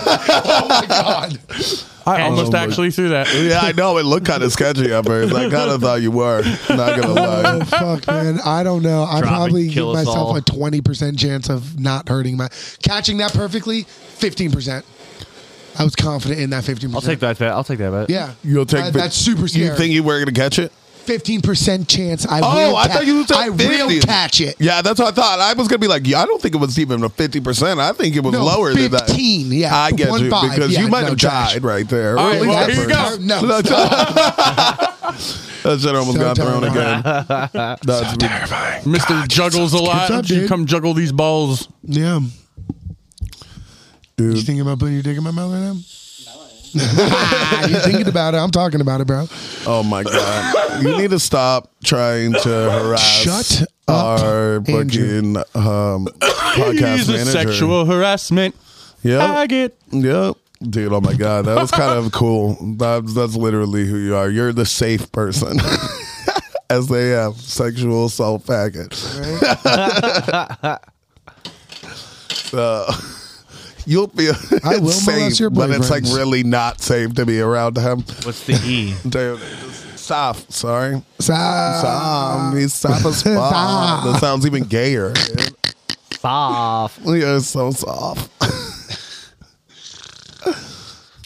oh my god! I almost actually threw that. Yeah, I know it looked kind of sketchy at first. I kind of thought you were. Not gonna Oh, lie. fuck, man. I don't know. I Drop it, probably give kill us myself all. a 20% chance of not hurting my. Catching that perfectly, 15%. I was confident in that 15%. I'll take that bet. I'll take that bet. Yeah. You'll take. That- the- that's super scary. You think you were gonna catch it? 15% chance I Oh, will I ca- thought you said I will 50. catch it. Yeah, that's what I thought. I was gonna be like, yeah, I don't think it was even a fifty percent. I think it was No, lower than that. 15, yeah. I get One you five, because yeah, you might no, have trash. died right there. All right, Or well, that here you go. person. No. That's- that shit almost So got thrown terrifying. again. That's Terrifying. Mister juggles a lot. up, you dude. come juggle these balls. Yeah. You dude. thinking about putting your dick in my mouth right now? you thinking about it. I'm talking about it, bro. Oh my god! You need to stop trying to harass Shut up, our Andrew. fucking um, podcast He's a manager. sexual harassment. Oh. Yep. I get. Yep. Dude, oh my God. That was kind of cool. That, that's literally who you are. You're the safe person. As they have sexual assault package. so you'll be I will it's safe, molest your but it's like boyfriends. really not safe to be around him. What's the E? Dude, soft, sorry. Stop. Soft, he's soft as fuck. Soft. That sounds even gayer. dude. Off. You're so soft.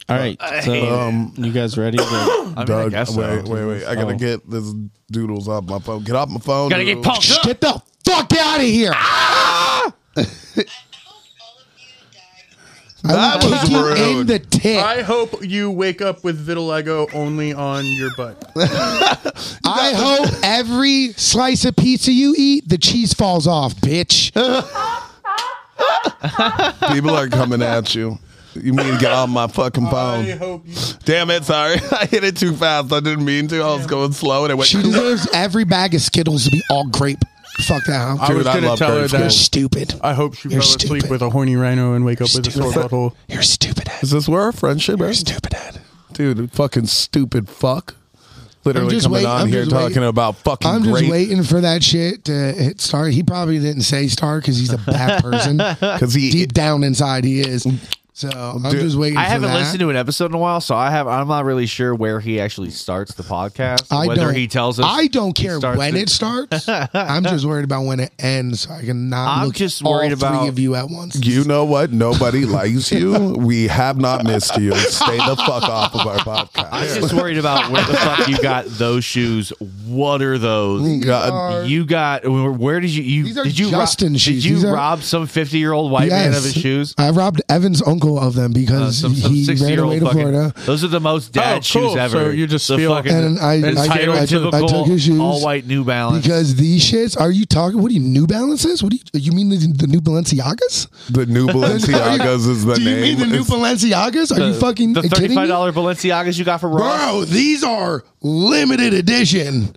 All right, so um, you guys ready? To, I mean, I Doug, guess so. wait, wait, wait. I gotta Oh. get this doodles off my phone. Get off my phone. Gotta get doodles. pumped up. Get the fuck out of here. I That will was kick you rude. in the tip. I hope you wake up with vitiligo only on your butt. Um, I hope every slice of pizza you eat, the cheese falls off, bitch. People are coming at you. You mean get off my fucking I phone? hope you. Damn it! Sorry, I hit it too fast. I didn't mean to. I was going slow, and it went. She deserves every bag of Skittles to be all grape. Fuck that, huh? I was Dude, I gonna love tell her Burger You're that. stupid. I hope she You're fell asleep stupid. with a horny rhino and wake up with a sore Stupid. butthole. You're stupid. Is this where our friendship You're is? stupid. Ed. Dude, fucking stupid fuck. Literally just coming wait- on I'm here just wait- talking about fucking I'm just great waiting for that shit to hit star. He probably didn't say star because he's a bad person. because he. Deep down inside, he is. So I'm Dude, just waiting. I for haven't that. listened to an episode in a while, so I have. I'm not really sure where he actually starts the podcast. I whether don't, he tells us. I don't he care starts when it. it starts. I'm just worried about when it ends. So I cannot. I'm look just all worried three about- of you at once. You know what? Nobody likes you. We have not missed you. Stay the fuck off of our podcast. I'm just worried about where the fuck you got those shoes. What are those? God, You got where where did you you These are did you Justin rob, shoes. did you These are- rob some 50 year old white man of his shoes? Uh, I robbed Evan's uncle of them because Some, some he 60 ran year away old to fucking. Florida. Those are the most dad Oh, cool. shoes ever. So you just the feel- fucking And I, I, Entitled I, I, took, I took his shoes. all white New Balance. Because these shits, are you talking? What are you, New Balances? What do you, you mean the, the new Balenciagas? the new Balenciagas is the do you name. mean the new It's- Balenciagas? Are you fucking the kidding me? thirty-five dollar Balenciagas you got for Ross. Bro, these are limited edition.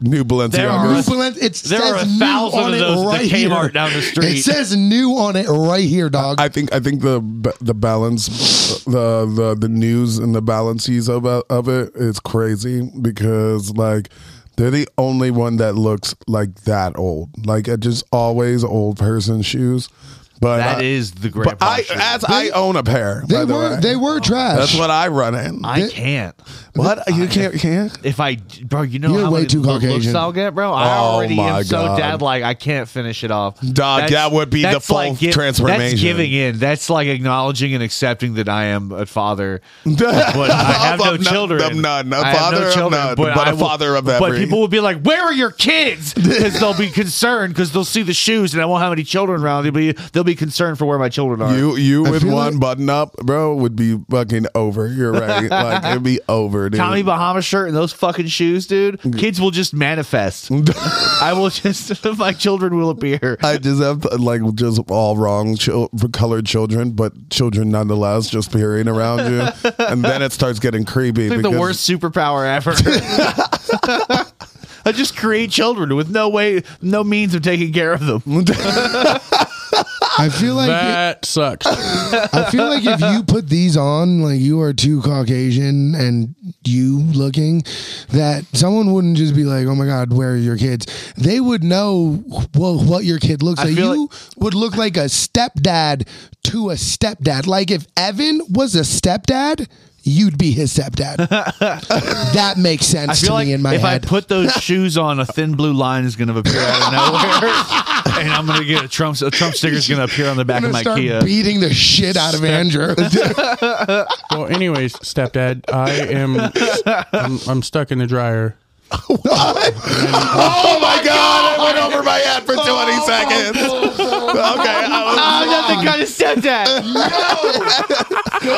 New There New are- Balenciaga. Balance- it there says are a new thousand on of it those at right the Kmart here. down the street. It says new on it right here, dog. I think I think the ba- the balance, the the the news and the balances of of it is crazy because like they're the only one that looks like that old. Like it just always old person shoes. But That I, is the But grandpa. I shoe. as I own a pair. they by the were way. they were trash. That's what I run in. I can't. what you can't can't. If I, bro, you know You're how way many too looks Caucasian. I'll get, bro. I Oh already my am so God. dad like I can't finish it off. Dog, that would be the that's full gi- transformation. That's giving in. That's like acknowledging and accepting that I am a father. But I have no Of none- children. of none. A I have no father of children, none, but I a father of But every. people will be like, "Where are your kids?" Because they'll be concerned because they'll see the shoes and I won't have any children around. They'll be they'll be concerned for where my children are. You you I with feel one like- button up, bro, would be fucking over. You're right. like it'd be over, dude. Tommy Bahama shirt and those fucking shoes, dude. Kids will just manifest. I will just my children will appear. I just have like just all wrong chil- colored children, but children nonetheless, just peering around you, and then it starts getting creepy. It's like the worst superpower ever. I just create children with no way, no means of taking care of them. I feel like That sucks. I feel like if you put these on, like you are too Caucasian and you looking, that someone wouldn't just be like, "Oh my God, where are your kids?" They would know well what your kid looks I like. feel You would look like a stepdad to a stepdad. Like if Evan was a stepdad. You'd be his stepdad. that makes I sense to feel like me in my if head. I put those shoes on, a thin blue line is going to appear out of nowhere, and I'm going to get a Trump a Trump sticker is going to appear on the I'm back of gonna my start Kia. beating the shit out of Andrew. well, anyways, stepdad, I am. I'm, I'm stuck in the dryer. Oh my god! I went over my head for 20 Oh. seconds. okay, I was, I'm not the kind of stepdad.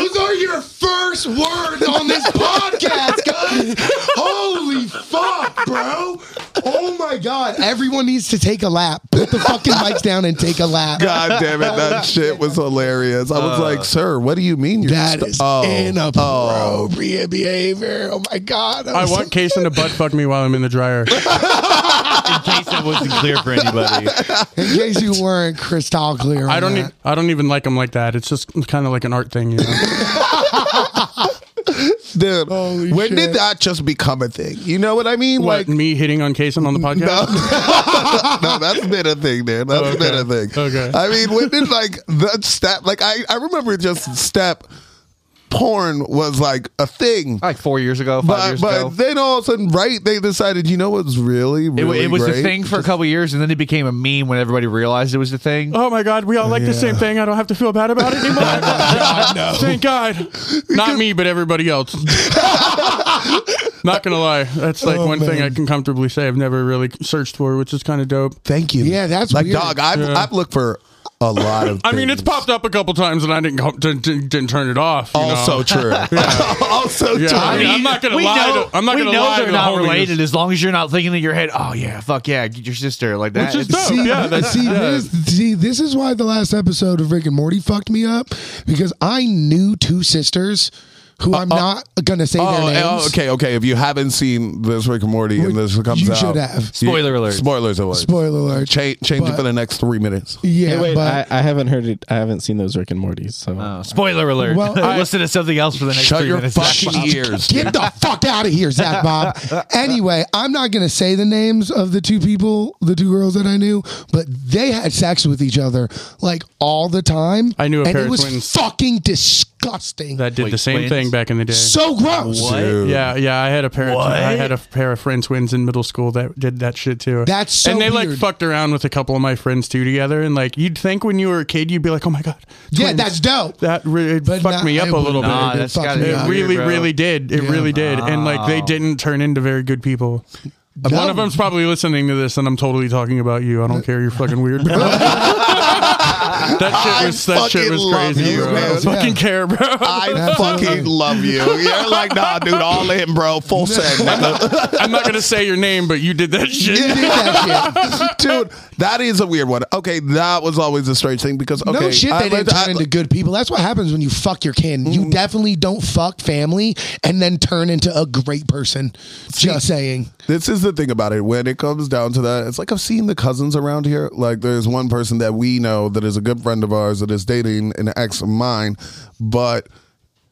Those are your first words on this podcast, guys. Holy fuck, bro. Oh my god. Everyone needs to take a lap. Put the fucking mics down and take a lap. god damn it! That shit was hilarious. I was like, "Sir, what do you mean you're That st- is oh, oh. inappropriate behavior. Oh my god. I'm I so- want Kason to butt fuck me while I'm in the dryer. In case that wasn't clear for anybody. in case you weren't crystal clear. I don't. need E- I don't even like him like that. It's just kind of like an art thing, you know. dude? Holy when shit. did that just become a thing? You know what I mean? What Like, me hitting on Kason on the podcast? no, that's been a thing, dude. That's Okay. been a thing. Okay. I mean, when did like that step? Like, I I remember just step porn was like a thing. Like four years ago, five But, years but ago. then all of a sudden, right? They decided, you know what's really, It, really it was great? a thing for a couple years, and then it became a meme when everybody realized it was a thing. Oh my God, we all like the same thing. I don't have to feel bad about it anymore. Thank God. Not me, but everybody else. Not gonna lie, that's like Oh, one thing I man. can comfortably say I've never really searched for, which is kind of dope. Thank you. Yeah, that's like weird. dog. I've I've looked for a lot of. I mean, it's things. popped up a couple times, and I didn't go, didn't, didn't, didn't turn it off. you know? also true. also Yeah. true. I mean, I'm not gonna we lie Know, to- I'm not we gonna know lie they're to the not homies. related as long as you're not thinking in your head, "Oh yeah, fuck yeah, get your sister like that." Which is dope. See, yeah, that's, see, yeah. This, see, this is why the last episode of Rick and Morty fucked me up because I knew two sisters who I'm not gonna say Oh, their names. oh, okay, okay. If you haven't seen this Rick and Morty and this comes you out, should have. Spoiler alert. Spoilers alert. Spoiler alert. Change, change it But- for the next three minutes. Yeah, Hey, wait, but Oh, I, I haven't heard it. I haven't seen those Rick and Morty's. So Uh, spoiler alert. Well, Well, I- listen to something else for the next Shut three your minutes. fucking ears. Get the fuck out of here, Zach Bob. anyway, I'm not going to say the names of the two people, the two girls that I knew, but they had sex with each other like all the time. I knew a and pair it of was twins. fucking disgusting. that did Wait, the same twins? thing back in the day. so gross. Dude. yeah, yeah, I had a pair. Of, What? I had a pair of friend twins in middle school that did that shit too. That's so and they like weird. fucked around with a couple of my friends too together. And like you'd think when you were a kid, you'd be like, oh my god, Yeah, twins. that's dope. that re- it But fucked nah, me up it a would little not. Nah, bit. Dude, that's fuck gotta me be It up. weird, really, bro. really did. It Yeah. really did. And like they didn't turn into very good people. One of them's probably listening to this, and I'm totally talking about you. I don't care. You're fucking weird. that shit was I that shit was fucking love crazy, you, bro. I man. don't fucking care, bro. I fucking love you. You're like, nah, dude, all in, bro. Full send. nigga. I'm not gonna say your name, but you did that shit. You did that shit. dude, that is a weird one. Okay, that was always a strange thing because okay, no shit, I they didn't lived- turn I- Mm. into good people. That's what happens when you fuck your kin. You definitely don't fuck family and then turn into a great person. Just saying. This is the thing about it. When it comes down to that, it's like I've seen the cousins around here. Like there's one person that we know that is a good friend of ours that is dating an ex of mine, but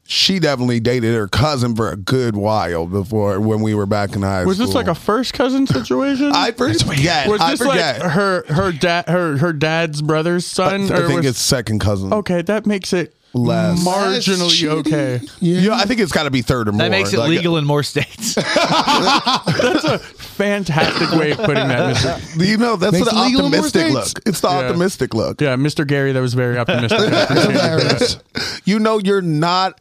she definitely dated her cousin for a good while before when we were back in high Was school. this like a first cousin situation? I forget. was I this forget. like her her dad her her dad's brother's son? I or think was- it's second cousin. okay. That makes it Less. marginally okay. Yeah, I think it's got to be third or more. That makes it Like, legal in more states. Fantastic way of putting that, Mister. You know, that's Makes the it legal in more optimistic states. look. It's the Yeah. optimistic look. Yeah, Mister Gary, that was very optimistic. I appreciate that. Hilarious. You know, you're not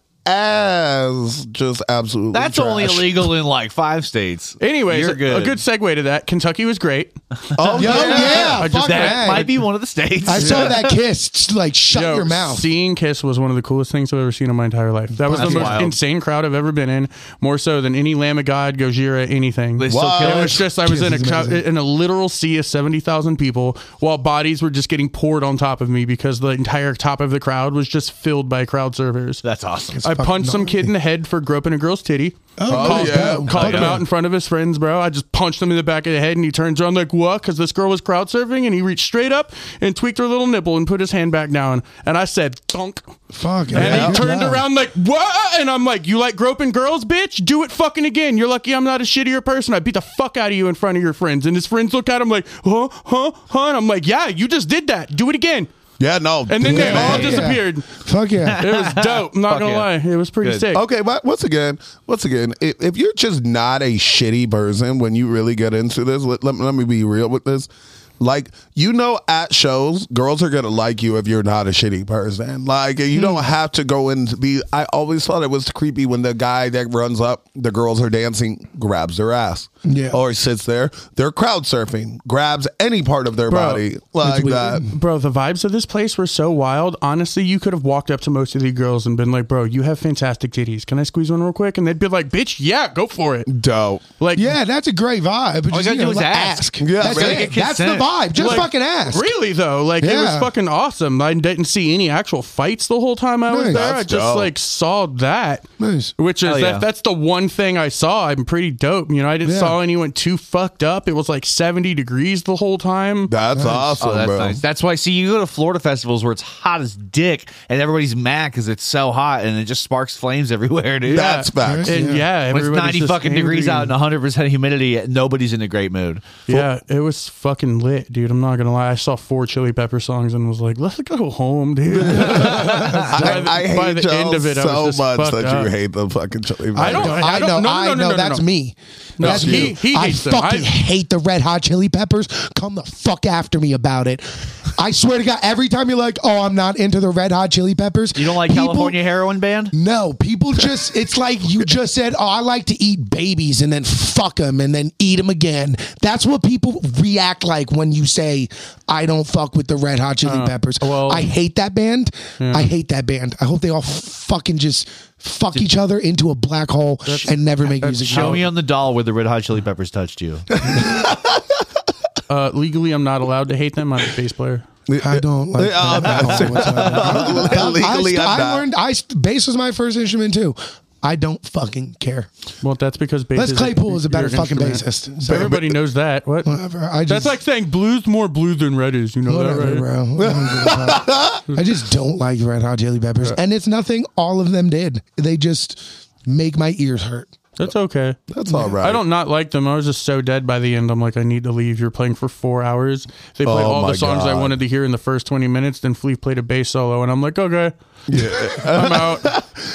as just absolutely. That's trash. only illegal in like five states. Anyways, You're a- a good segue to that. Kentucky was great. Oh Yo, yeah, I fuck just- That that. might be one of the states. I saw that kiss. just, Like shut Yo, your mouth. Seeing Kiss was one of the coolest things I've ever seen in my entire life. That was That's the most wild. insane crowd I've ever been in, more so than any Lamb of God, Gojira, anything. They still Wow. kill It us. was just I was Kiss in a is co- amazing. in a literal sea of seventy thousand people, while bodies were just getting poured on top of me because the entire top of the crowd was just filled by crowd surfers. That's awesome. I I punched some kid in the head for groping a girl's titty. Oh, called, yeah. called him Yeah. out in front of his friends, bro. I just punched him in the back of the head, and he turns around like what? Because this girl was crowd surfing, and he reached straight up and tweaked her little nipple and put his hand back down, and I said thunk, Fuck. and yeah. he turned Yeah. around like what? And I'm like, you like groping girls, bitch? Do it fucking again. You're lucky I'm not a shittier person. I beat the fuck out of you in front of your friends, and his friends look at him like huh, huh, huh, and I'm like, yeah, you just did that. Do it again. Yeah, no. And then they Yeah. all yeah. disappeared. Fuck yeah. It was dope. I'm not gonna yeah. lie, it was pretty Good. sick. Okay, but once again, once again, if, if you're just not a shitty person when you really get into this, let, let, let me be real with this. Like, you know, at shows, girls are going to like you if you're not a shitty person. Like, you Hmm. don't have to go in to be. I always thought it was creepy when the guy that runs up, the girls are dancing, grabs their ass. Yeah. Or sits there. They're crowd surfing, grabs any part of their body like weird. that. Bro, the vibes of this place were so wild. Honestly, you could have walked up to most of the girls and been like, "Bro, you have fantastic titties. Can I squeeze one real quick?" And they'd be like, "Bitch, yeah, go for it." Dope. Like, Yeah, that's a great vibe. But All just, you gotta you know, do is like, ask. Yeah, that's right. it. That's the Consent. vibe. Just like, fucking ask. Really though, like it was Yeah. fucking awesome. I didn't see any actual fights the whole time I was Nice. there. I That's just dope. like saw that, Nice. which is Hell yeah. that, that's the one thing I saw. I'm pretty dope. You know, I didn't Yeah. saw anyone too fucked up. It was like 70 degrees the whole time. That's awesome, Oh, that's bro. nice. That's why. See, you go to Florida festivals where it's hot as dick, and everybody's mad because it's so hot, and it just sparks flames everywhere, dude. That's facts. and yeah, When it's everybody's ninety just fucking angry degrees out and hundred percent humidity, nobody's in a great mood. Yeah, it was fucking lit, dude. I'm not gonna lie. I saw four Chili Pepper songs and was like, "Let's go home, dude." I, I hate by the y'all end of it, I was so just much fucked that up. you hate the fucking chili. I don't- Peppers. I know, no, no, I no, no, know, no, that's no. me. No, that's he- me. he hates I them. fucking I- hate the Red Hot Chili Peppers. Come the fuck after me about it. I swear to God, every time you're like, "Oh, I'm not into the Red Hot Chili Peppers," You don't like people- California heroin band? No, people just, it's like you just said, oh, I like to eat babies and then fuck them and then eat them again. That's what people react like when you say, I don't fuck with the Red Hot Chili Peppers. well- I hate that band. I hate that band. I hope they all fucking just fuck each other into a black hole and never make music. Show me on the doll where the Red Hot Chili Peppers touched you. Uh, legally, I'm not allowed to hate them. I'm a bass player. I don't like Yeah, that at all whatsoever. Legally, I, st- I'm I not. learned I st- bass was my first instrument too. I don't fucking care. Well, that's because bass. Les is Claypool is a better your fucking instrument. bassist. So everybody knows that. What? Whatever. I that's just- like saying blues more blue than red is. You know that, Whatever, right? bro. I don't give a fuck. I just don't like Red Hot Chili Peppers, and it's nothing. All of them did. They just make my ears hurt. That's okay. That's all right. I don't not like them. I was just so dead by the end. I'm like, I need to leave. You're playing for four hours. They played Oh all my the songs I God. wanted to hear in the first 20 minutes. Then Fleef played a bass solo, and I'm like, okay, I'm out.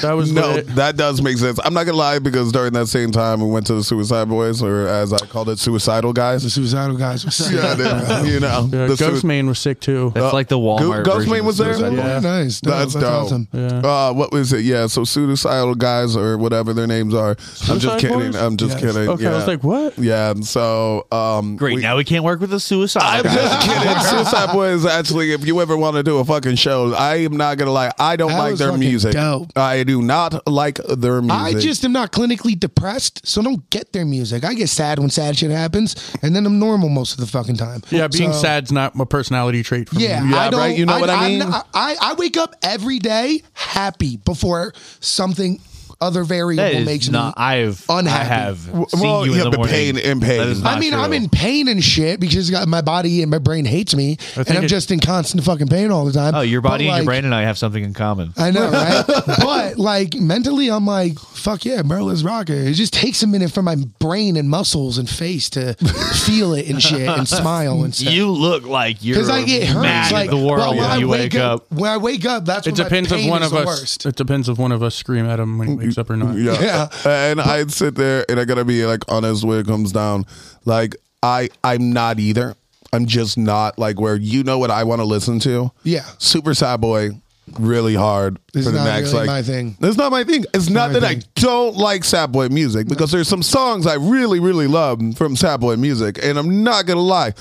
That was No, lit. that does make sense. I'm not gonna lie because during that same time we went to the Suicide Boys, or as I called it, Suicidal The Guys. Suicidal guys were sick. Yeah, they- you know, Yeah, the Ghost sui- Man was sick too. That's like the Walmart. Ghost version Man of was there? Suicide Really Boys. Yeah. nice. No, That's, that's, dope. awesome. Uh, what was it? Yeah, so suicidal guys or whatever their names are. I'm Suicide just kidding. Boys? I'm just Yes. kidding. Okay, yeah. I was like, what? yeah. So um, Great. we- now we can't work with the suicide. I'm guys. just kidding. Suicide Boys, actually, if you ever want to do a fucking show, I am not going to lie. I don't That like was their fucking music. dope. I do not like their I music. just am not clinically depressed, so don't get their music. I get sad when sad shit happens, and then I'm normal most of the fucking time. Yeah, being So- sad's not a personality trait for Yeah, me. Yeah, I don't, right, you know what I I'm mean? not- I, I wake up every day happy before something other variable That is makes not. me I've. I unhappy. have. seen well, you yeah, in the but morning. pain and pain. That is I I not mean, I'm true. in pain and shit because uh, my body and my brain hates me, and think I'm it- just in constant fucking pain all the time. Oh, your But, body and your like, brain and I have something in common. I know, right? but like mentally, I'm like, fuck yeah, bro, let's rock it. It just takes a minute for my brain and muscles and face to feel it and shit and smile and stuff. You look like you're Because like it mad hurts, at like the world well, when, I you wake up. When I wake up, that's It when depends my pain if one is of the us. worst. It depends if one of us scream at him when he wakes up or not. Yeah. And I'd sit there and I gotta be like honest when it comes down. Like I I'm not either. I'm just not like where you know what I want to listen to. Yeah. Super Sad Boy, really hard It's for the not next really like my thing. It's not my thing. It's not, my that thing. I don't like Sad Boy music because there's some songs I really really love from Sad Boy music, and I'm not gonna lie.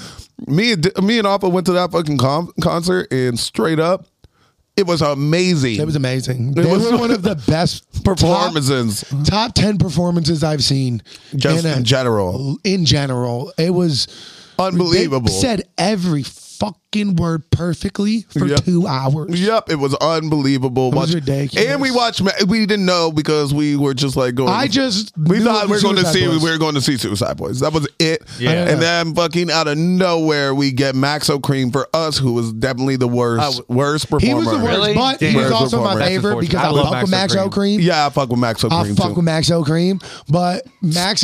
Me and me and Alpha went to that fucking con- concert and straight up, it was amazing. It was amazing. It was- was one of the best Performances. top, top ten performances I've seen. just in, a- in general. in general, it was Unbelievable. They said every fucking fucking word perfectly for Yeah. two hours. Yep, it was unbelievable. was Watch- ridiculous. And we watched. Ma- We didn't know because we were just like going. I just we knew thought it we were was going to Suicide see. Boys. We were going to see Suicide Boys. That was it. Yeah. And then fucking out of nowhere, we get Maxo Cream for us, who was definitely the worst, worst performer. He was the worst, Really? but he Damn. was also my That's favorite unfortunate. because I I, love fuck with Max Max O'Cream. O'Cream. Yeah, I fuck with Maxo I Cream fuck too. with Max O'Cream, but Max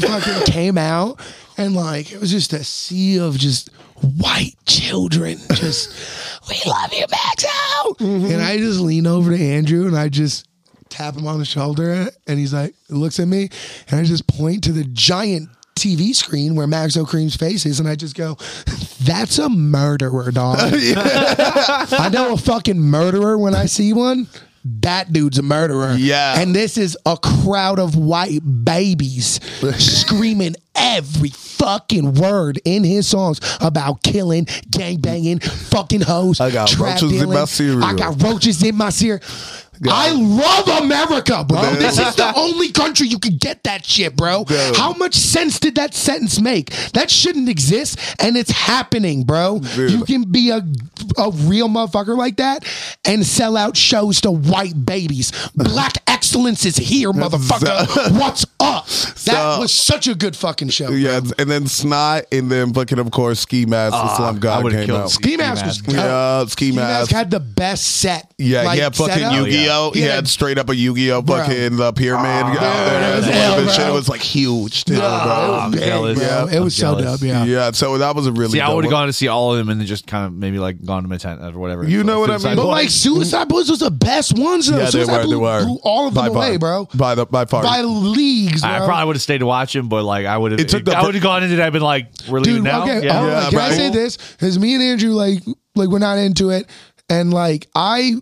fucking came out and like it was just a sea of just white children. Just we love you, Max O. Mm-hmm. And I just lean over to Andrew and I just tap him on the shoulder and he's like looks at me and I just point to the giant TV screen where Max O'Cream's face is and I just go, That's a murderer, dog. I know a fucking murderer when I see one. That dude's a murderer. Yeah. And this is a crowd of white babies screaming every fucking word in his songs about killing, gangbanging, fucking hoes. I got trap roaches in dealing. my cereal. I got roaches in my cereal. I love America, bro. This is the only country you can get that shit, bro. Dude. How much sense did that sentence make? That shouldn't exist, and it's happening, bro. You can be a a real motherfucker like that and sell out shows to white babies. Black excellence is here, motherfucker. What's up? That So- was such a good fucking show. Yeah, and then Snot, and then fucking of course Ski Mask, the Slum God Ah, would've came killed out. Ski- Ski Mask was dope. yeah, Ski Ski Mask Mask. had the best set. yeah, like, yeah, fucking setup. Yu Gi Oh. He Yeah. Oh, had straight up a Yu Gi Oh. Fucking the pyramid out there. that was That's one of ill, his shit. bro. It was like huge, too, bro. Oh, it was big, jealous. bro. Yeah, It was I'm so jealous. dope. Yeah. Yeah, so that was a really. See, I dope would have one. gone to see all of them and then just kind of maybe like gone to my tent or whatever. You know what I mean? But like Suicide Boys was the best ones though. Yeah, they Suicide were. They Blue- were. blew all of them By far. away, bro. By the by far. By leagues, bro. I probably would have stayed to watch him, but like I would have. It took the I would have gone into that. I've been like, we're leaving Dude, now. okay. Yeah. all right, Yeah, can right. I say this? Because me and Andrew, like, like we're not into it, and like I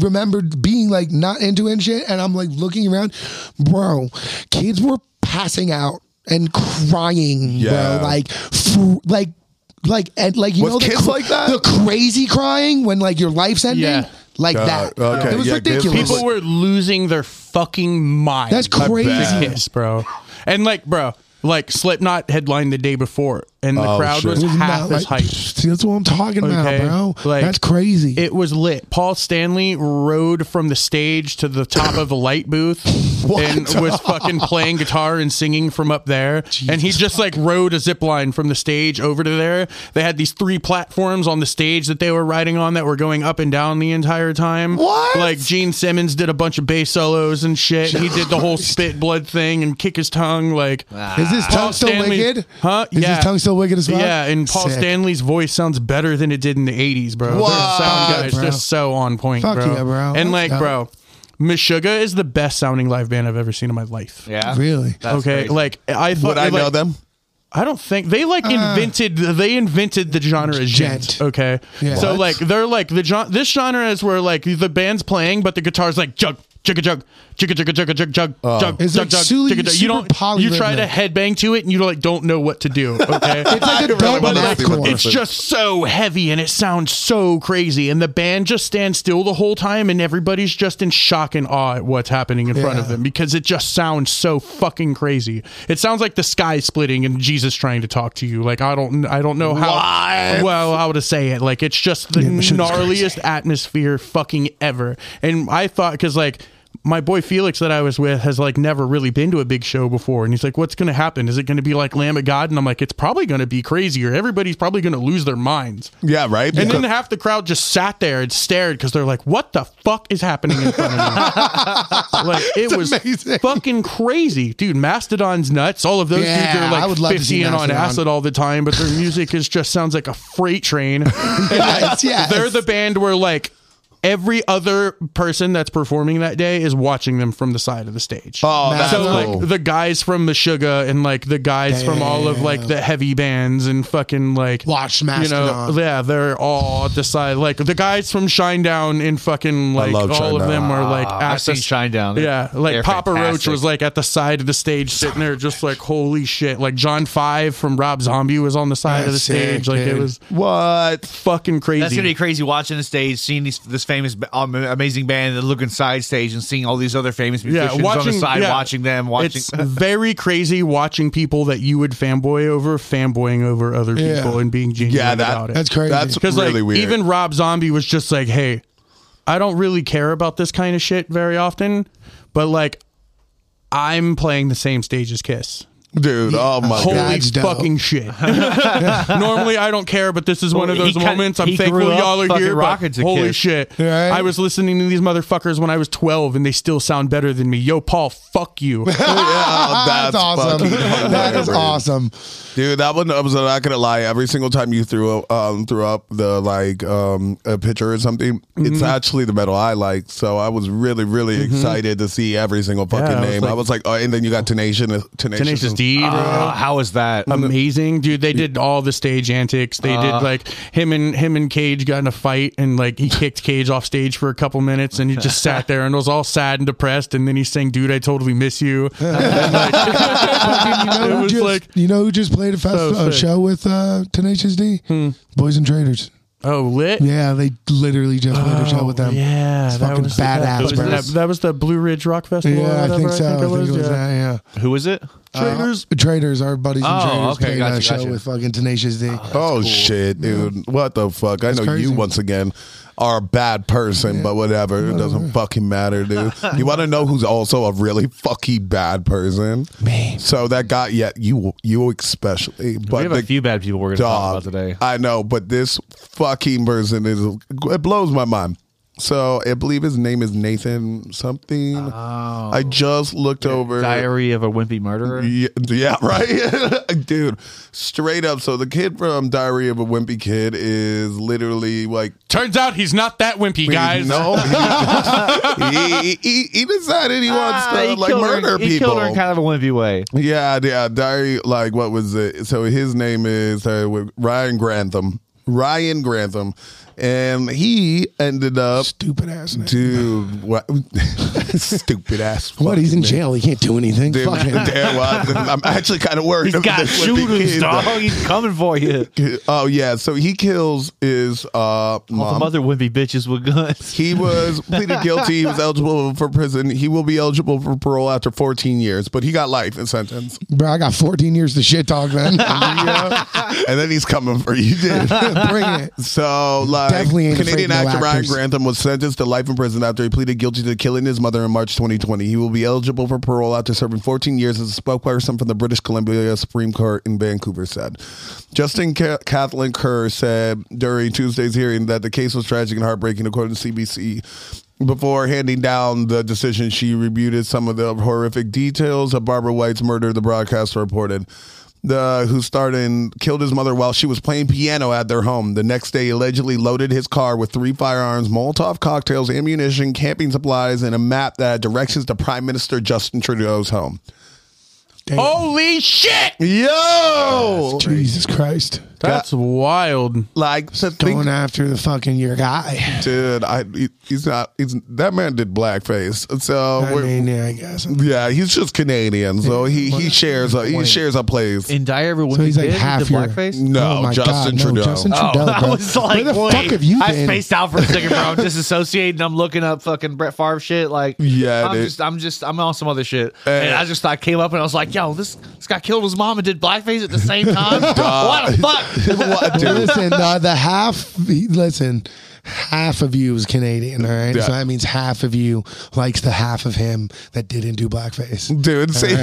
remembered being like not into it and shit, and I'm like looking around, bro. Kids were passing out and crying, Yeah. bro. Like, fr- like. Like and like you Was know the, kids like that? the crazy crying when like your life's ending Yeah. like God, that okay, it was yeah, kids- ridiculous People were losing their fucking mind. That's crazy. Kiss, bro. And like, bro, like Slipknot headlined the day before, and the Oh, crowd shit. was It was half not as like- hyped. See, that's what I'm talking Okay. about, bro. Like, that's crazy. It was lit. Paul Stanley rode from the stage to the top of the light booth and was fucking playing guitar and singing from up there. and he just like rode a zip line from the stage over to there. They had these three platforms on the stage that they were riding on that were going up and down the entire time. What? Like Gene Simmons did a bunch of bass solos and shit. He did the whole spit blood thing and kick his tongue. Like, Is his Uh, Paul tongue still Stanley- wicked? Huh? Is yeah. his tongue still wicked as fuck? Yeah, and Paul Sick. Stanley's voice sounds better than it did in the 80s, bro. Their sound guys Bro. just so on point, Fuck bro. yeah, bro. And That's like, dope. bro, Meshuggah is the best sounding live band I've ever seen in my life. Yeah. Really? That's okay, crazy. like I thought Would I like, know them? I don't think they like invented they invented the genre gent. Uh. Gent. Okay, Yeah. so What? like they're like the gen- this genre is where like the band's playing, but the guitar's like jug. Chugga jug, chugga jugga jugga jug jug jug It's jug like jug. silly- chugga jug. You super don't. You try to polyrhythmic. headbang to it, and you like don't know what to do. Okay, It's like a really dumb wanna see what math this it's Perfect. just so heavy and it sounds so crazy and the band just stands still the whole time and everybody's just in shock and awe at what's happening in front of Yeah. them because it just sounds so fucking crazy it sounds like the sky splitting and jesus trying to talk to you like i don't i don't know how well how to say it like it's just the gnarliest atmosphere fucking ever and i thought because like my boy Felix that I was with has like never really been to a big show before. And he's like, what's going to happen? Is it going to be like Lamb of God? And I'm like, it's probably going to be crazier. Everybody's probably going to lose their minds. Yeah, right. And then Because- half the crowd just sat there and stared because they're like, what the fuck is happening in front of me? like, it was amazing. fucking crazy. Dude, Mastodon's nuts. All of those Yeah, dudes are like I would love to 50 see and on Mastodon. acid all the time, but their music is just sounds like a freight train. Yes, yes. They're the band where like every other person that's performing that day is watching them from the side of the stage. Oh, that's so cool. like the guys from Meshuggah and like the guys from all of like the heavy bands and fucking like Watch you know, Mastodon. yeah, they're all at the side. Like the guys from Shinedown and fucking like all love of Shinedown. them were like at I've the seen Shinedown. They're- Yeah, like they're Papa Roach fantastic. was like at the side of the stage, sitting there, just like holy shit. Like John Five from Rob Zombie was on the side of the That's sick, stage. Like it dude. was what? fucking crazy. That's gonna be crazy watching the stage, seeing these, this famous, ba- um, amazing band and looking side stage and seeing all these other famous musicians on the side, yeah. watching them, watching. It's very crazy watching people that you would fanboy over, fanboying over other people Yeah. and being genuine Yeah, that- about it. That's crazy. That's Because really like weird. even Rob Zombie was just like, "Hey, I don't really care about this kind of shit very often, but like, I'm playing the same stage as Kiss. dude, oh my Holy god, That's dope. fucking shit! Normally I don't care, but this is one of Well, he those kinda- moments. I'm he grew thankful up y'all are fucking here. But rocking to holy Kiss. shit! Right? I was listening to these motherfuckers when I was 12, and they still sound better than me. Yo, Paul, fuck you. Oh, Yeah, that's, awesome. fucking That is hilarious. awesome. dude. That one, I'm not gonna lie. Every single time you threw um threw up the like um a picture or something, it's actually the metal I like. So I was really really excited to see every single fucking I was name. like- I was like, oh, and then you got Tenacious, Tenacious, Tenacious D, bro. Uh, how is that? amazing dude they did all the stage antics they Uh. did like him and him and cage got in a fight and like he kicked cage off stage for a couple minutes and he just sat there and was all sad and depressed and then he sang dude i totally miss you And then, like, You know, it who was just, like Oh, you know who just played a, fest- So a sick. show with uh, Tenacious D? Hmm. Boys and Traders. oh lit Yeah, they literally just played a show with them. Oh, yeah It's fucking was the- badass, was- bro. that, that was the blue ridge rock festival or Yeah, I whatever, think so. I think it was yeah. that. Yeah. Who is it? Traders. Uh, traders, our buddies and Oh, traders okay, played gotcha, a show gotcha. with fucking Tenacious Uh, D. Oh shit, dude! What the fuck? I know crazy. you once again are a bad person, but whatever. It doesn't fucking matter, dude. you want to know who's also a really fucking bad person? Me. So that guy, yeah, you you especially, we but have the a few bad people we're going to talk dog. about today. I know, but this fucking person is it blows my mind. So I believe his name is Nathan something. I just looked over. Oh. Diary of a Wimpy Murderer. Yeah, yeah, right, dude. Straight up. So the kid from Diary of a Wimpy Kid is literally like, turns out he's not that wimpy guys no, he, he, he decided he wants Ah, to he like killed her- murder He people. killed her in kind of a wimpy way. yeah, yeah. Diary, like, what was it? So his name is uh, Ryan Grantham. Ryan Grantham, and he ended up. Stupid ass name. Dude, what? stupid ass. What? He's fucking in name. jail. He can't do anything. Dude, Fuck him. damn, well, I'm actually kind of worried. He's about got this with the shooters, kid, dog. though. He's coming for you. Oh yeah, so he kills his uh All mom. them other wimpy bitches with guns. He was pleaded guilty. He was eligible for prison. He will be eligible for parole after 14 years, but he got life in sentence. Bro, I got 14 years to shit talk, man. and then he's coming for you, dude. Bring it. So, like, Definitely ain't afraid Canadian of no actor Ryan actors. Grantham was sentenced to life in prison after he pleaded guilty to killing his mother in March 2020. He will be eligible for parole after serving 14 years as a spokesperson for the British Columbia Supreme Court in Vancouver said. Justin Ca- Kathleen Kerr said during Tuesday's hearing that the case was tragic and heartbreaking, according to CBC. Before handing down the decision, she rebuted some of the horrific details of Barbara White's murder, the broadcaster reported. The who started and killed his mother while she was playing piano at their home. The next day, allegedly loaded his car with three firearms, Molotov cocktails, ammunition, camping supplies, and a map that had directions to Prime Minister Justin Trudeau's home. holy shit Yo, Oh, Jesus Christ. that's wild like to Going think, after the fucking your guy. dude, I he- he's not. He's that man did blackface, so Oh, I we're, mean, yeah, I guess. So Yeah, he's just Canadian, so he he shares a he shares a place. In Diary of a Wimpy he's like Kid half with the your blackface? No, Justin no, Trudeau. Justin Oh, Trudeau, I bro. was like, Where the wait, fuck have you I been? spaced out for a second, bro. I'm disassociating. I'm looking up fucking Brett Favre shit. Like, Yeah, I'm dude. just, I'm just, I'm on some other shit. Uh, and I just, I came up and I was like, yo, this, this guy killed his mom and did blackface at the same time. what the fuck? What, dude? listen, uh, the half. Listen, half of you is Canadian, all right. Yeah. So that means half of you likes the half of him that didn't do blackface. Dude, see, All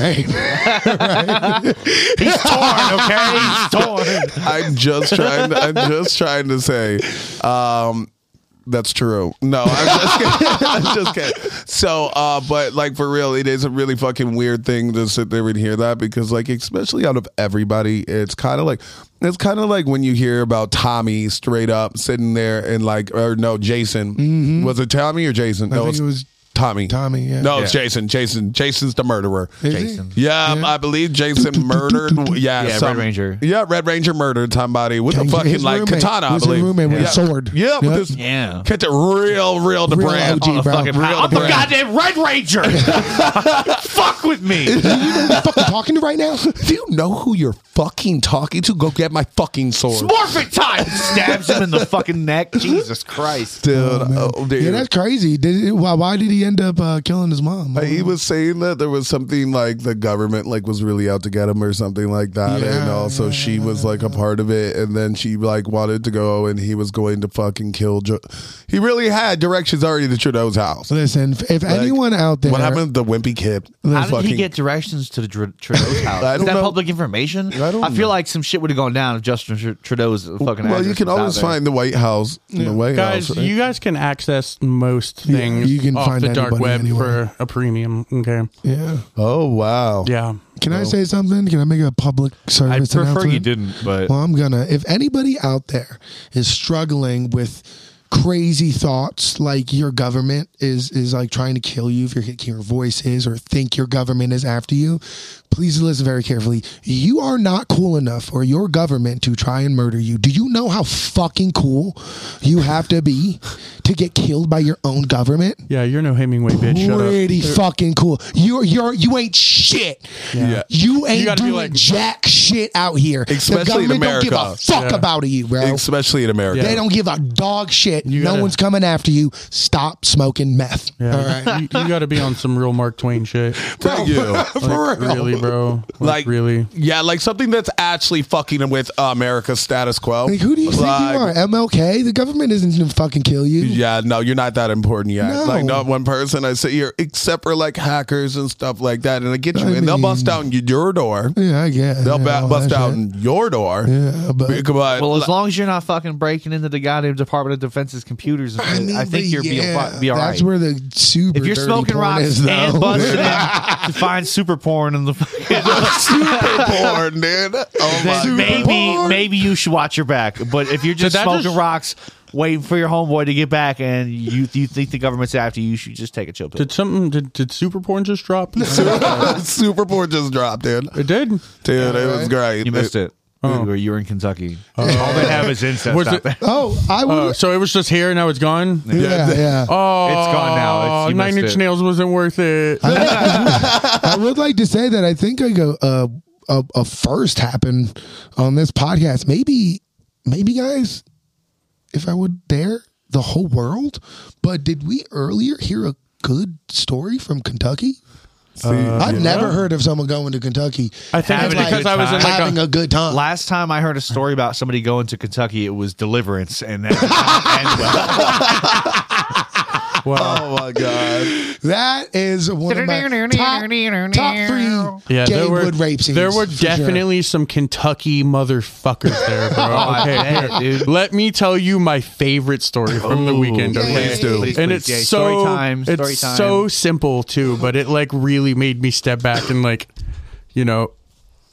right. He's torn, okay? He's torn. I'm just trying. To, I'm just trying to say, um, that's true. No, I'm just kidding. I'm just kidding. So, uh, but like for real, it is a really fucking weird thing to sit there and hear that because, like, especially out of everybody, it's kind of like it's kind of like when you hear about Tommy straight up sitting there and like, or no, Jason was it Tommy or Jason? Mm-hmm. I no, think it's it was Tommy. Tommy, yeah. No, it's Jason. Jason. Jason's the murderer. Jason. Yeah, I believe Jason murdered. Yeah, Yeah, Red Ranger. Yeah, Red Ranger murdered somebody with a His fucking like roommate. katana. I His believe. roommate with a sword. Yeah, with Yeah. this. Yeah. Kept it real, real to Real brand. OG, Oh, bro. Fucking Real I'm the brand. goddamn Red Ranger. Fuck with me. You know who I'm fucking talking to right now? Do you know who you're fucking talking to? Go get my fucking sword. Morphin time. Stabs him in the fucking neck. Jesus Christ. Dude, oh, dude. Yeah, that's crazy. Did it, why, why did he end up uh, killing his mom? he was saying that there was something like the government like was really out to get him or something like that and Yeah, also she was like a part of it and then she like wanted to go and he was going to fucking kill jo- he really had directions already to Trudeau's house. Listen, if if anyone out there, what happened to the wimpy kid How did Fucking- he get directions to the Tr- Trudeau's house? I Is don't that know. public information? I, don't feel know. like some shit would have gone down if Justin Tr- Trudeau's fucking. well you address can was out always there. find the white house in the white Guys, house right? you guys can access most things you can off find the dark anybody web anywhere. for a premium. Okay, Yeah. oh wow yeah. Can I say something? Can I make a public service I'd prefer announcement? you didn't, but Well, I'm gonna. If anybody out there is struggling with crazy thoughts, like your government is is like trying to kill you if you're hearing your voice is, or think your government is after you, please listen very carefully. You are not cool enough for your government to try and murder you. Do you know how fucking cool you have to be to get killed by your own government? Yeah, you're no Hemingway, bitch. Shut up. pretty fucking cool. You're you're you ain't shit. Yeah. You ain't gotta be doing like- jack shit out here. Especially in the government don't give a America. fuck Yeah. about you, bro. Especially in America. They don't give a dog shit. gotta- no one's coming after you. Stop smoking meth. Yeah. All right. you, you got to be on some real Mark Twain shit. Thank you. Like, really, bro. Like, really. Yeah, like something that's actually fucking with uh, America's status quo. Like, who do you think Like, you are? MLK? The government isn't gonna fucking kill you. Yeah, no, you're not that important yet. No. Like not one person I sit here, except for like hackers and stuff like that. And I get you, I and they'll mean- bust down y- your door. Yeah, I guess. They'll Yeah, ba- all bust that shit. down your door. Yeah, but But- but- well, as long as you're not fucking breaking into the goddamn Department of Defense's computers, I, mean, think but you're yeah, be, be all right. That's where the super if you're dirty smoking porn rocks is, though. and busting in to find super porn in the fucking super porn, dude. Oh my then God. maybe maybe you should watch your back. But if you're just that smoking just- rocks, waiting for your homeboy to get back, and you you think the government's after you, you should just take a chill pill. Did something? Did, did super porn just drop? super porn just dropped, dude. it did. Dude, it was great. You missed it. Oh. Where you were in Kentucky. All they have is incest. Was out it- there. Oh, I would. Oh, so it was just here and now it's gone. yeah, yeah. Oh, gone now. It's- you Nine missed Inch it. Nails wasn't worth it. I would like to say that I think like a a, a, a first happened on this podcast. Maybe, maybe guys, if I would dare, the whole world. But did we earlier hear a good story from Kentucky? I've never heard of someone going to Kentucky. Uh, I think it's Having a because good I was in like having a, a, good time. Last time I heard a story about somebody going to Kentucky, it was Deliverance, and that did not end well. well, Oh my god. that is one of my top, top three yeah, gay there were wood rape scenes. there were for sure. definitely some Kentucky motherfuckers there, bro. I Okay, bet, Oh, dude. let me tell you my favorite story from the weekend. Ooh, Okay, please do. Please, and please, it's yeah, so story time, story it's time. so simple too, but it like really made me step back and like, you know,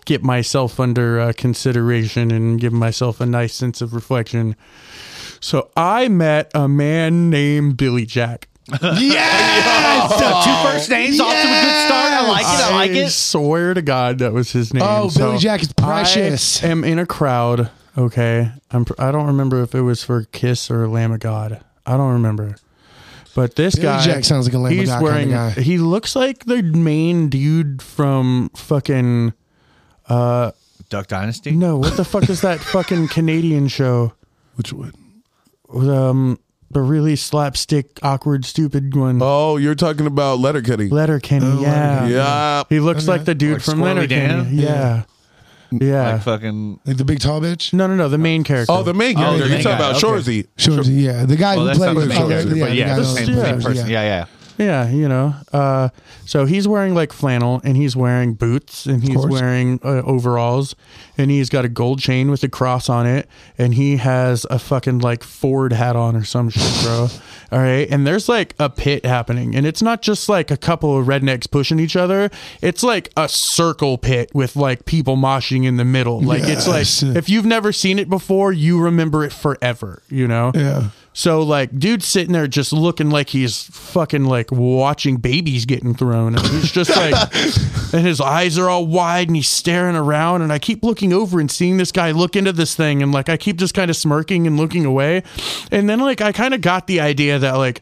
get myself under uh, consideration and give myself a nice sense of reflection. So I met a man named Billy Jack. Yes! So Oh. two first names off to a good start. I like it. I like it. swear to God, that was his name. Oh, Billy Jack is precious. I am in a crowd. Okay, I'm. pr- I don't remember if it was for Kiss or Lamb of God. I don't remember. But this Billy guy, Jack sounds like a Lamb of he's God kinda wearing, guy. He looks like the main dude from fucking. Duck Dynasty. No, what the fuck is that fucking Canadian show? which one Um, the really slapstick, awkward, stupid one. Oh, you're talking about Letterkenny. Letter Oh, Kenny. yeah. yeah. He looks like the dude Like from Squirrely Letter Dan? Kenny. Yeah. Yeah. Like fucking. like the big tall bitch. no, no, no. The main character. Oh, the main Oh, character. the you're main talking guy, about okay. Shorzy. Sure, yeah, the guy Well, who that's played. not the oh, main character, yeah, but the yeah, guy the who same, played- same person. Yeah, yeah. Yeah, you know. Uh, so he's wearing like flannel, and he's wearing boots, and he's course. wearing uh, overalls, and he's got a gold chain with a cross on it, and he has a fucking like Ford hat on or some shit, bro. All right, and there's like a pit happening, and it's not just like a couple of rednecks pushing each other. It's like a circle pit with like people moshing in the middle. Like it's Yes. like if you've never seen it before, you remember it forever. You know. Yeah. So like, dude's sitting there just looking like he's fucking like watching babies getting thrown. And he's just like, and his eyes are all wide and he's staring around. And I keep looking over and seeing this guy look into this thing. And like, I keep just kind of smirking and looking away. And then like, I kind of got the idea that like,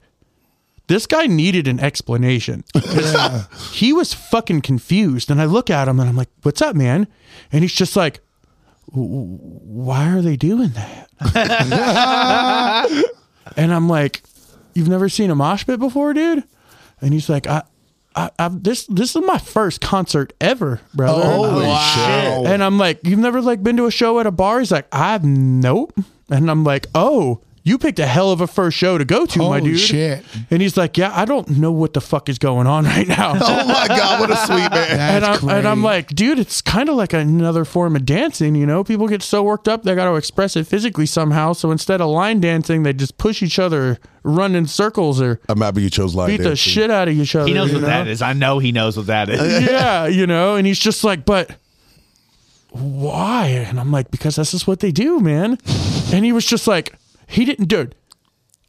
this guy needed an explanation. 'Cause He was fucking confused. And I look at him and I'm like, what's up, man? And he's just like, "W- why are they doing that? and I'm like, you've never seen a mosh pit before, dude? And he's like, I, I, I've, this, this is my first concert ever, brother. Oh, Holy shit. And I'm like, you've never like been to a show at a bar? He's like, I've nope. And I'm like, oh, you picked a hell of a first show to go to, my Holy dude. shit. And he's like, yeah, I don't know what the fuck is going on right now. Oh my God, what a sweet man. and I'm That's and I'm great. like, dude, it's kind of like another form of dancing. You know, people get so worked up they got to express it physically somehow. So instead of line dancing, they just push each other, run in circles, or I'm happy you chose line beat the dancing. shit out of each other. He knows you what know? that is. I know he knows what that is. yeah, you know, and he's just like, but why? And I'm like, because this is what they do, man. And he was just like, he didn't, dude.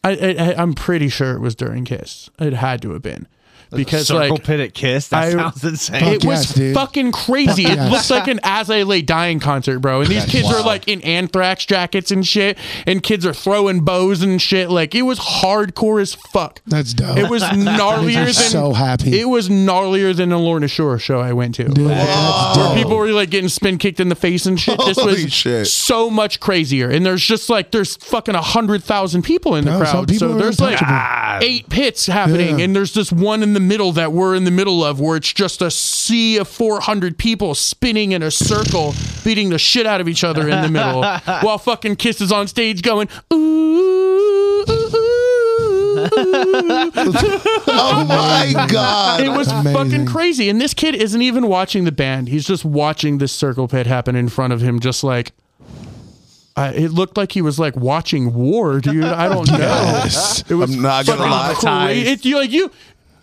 I, I I- I'm pretty sure it was during Kiss. It had to have been because Circle like pit at Kiss. That I- sounds insane. it was yes, dude. fucking crazy. Fuck it yes. looks like an As I Lay Dying concert, bro. And these kids are like in anthrax jackets and shit, and kids are throwing bows and shit. Like it was hardcore as fuck. That's dope. It was gnarlier than I'm so happy. It was gnarlier than the Lorna Shore show I went to. Dude, that's Where dope. people were like getting spin kicked in the face and shit. This Holy was shit. so much crazier. And there's just like there's fucking a hundred thousand people in the No, some crowd. people So are there's like untouchable. eight pits happening, Yeah. and there's this one in the middle that we're in the middle of, where it's just a sea of 400 people spinning in a circle, beating the shit out of each other in the middle, while fucking Kiss is on stage going ooh. ooh, ooh, ooh." Oh my God. It was Amazing. fucking crazy. And this kid isn't even watching the band. He's just watching this circle pit happen in front of him, just like. I it looked like he was like watching war, dude. I don't know. It was I'm not gonna fucking lie. cra- It, you like you.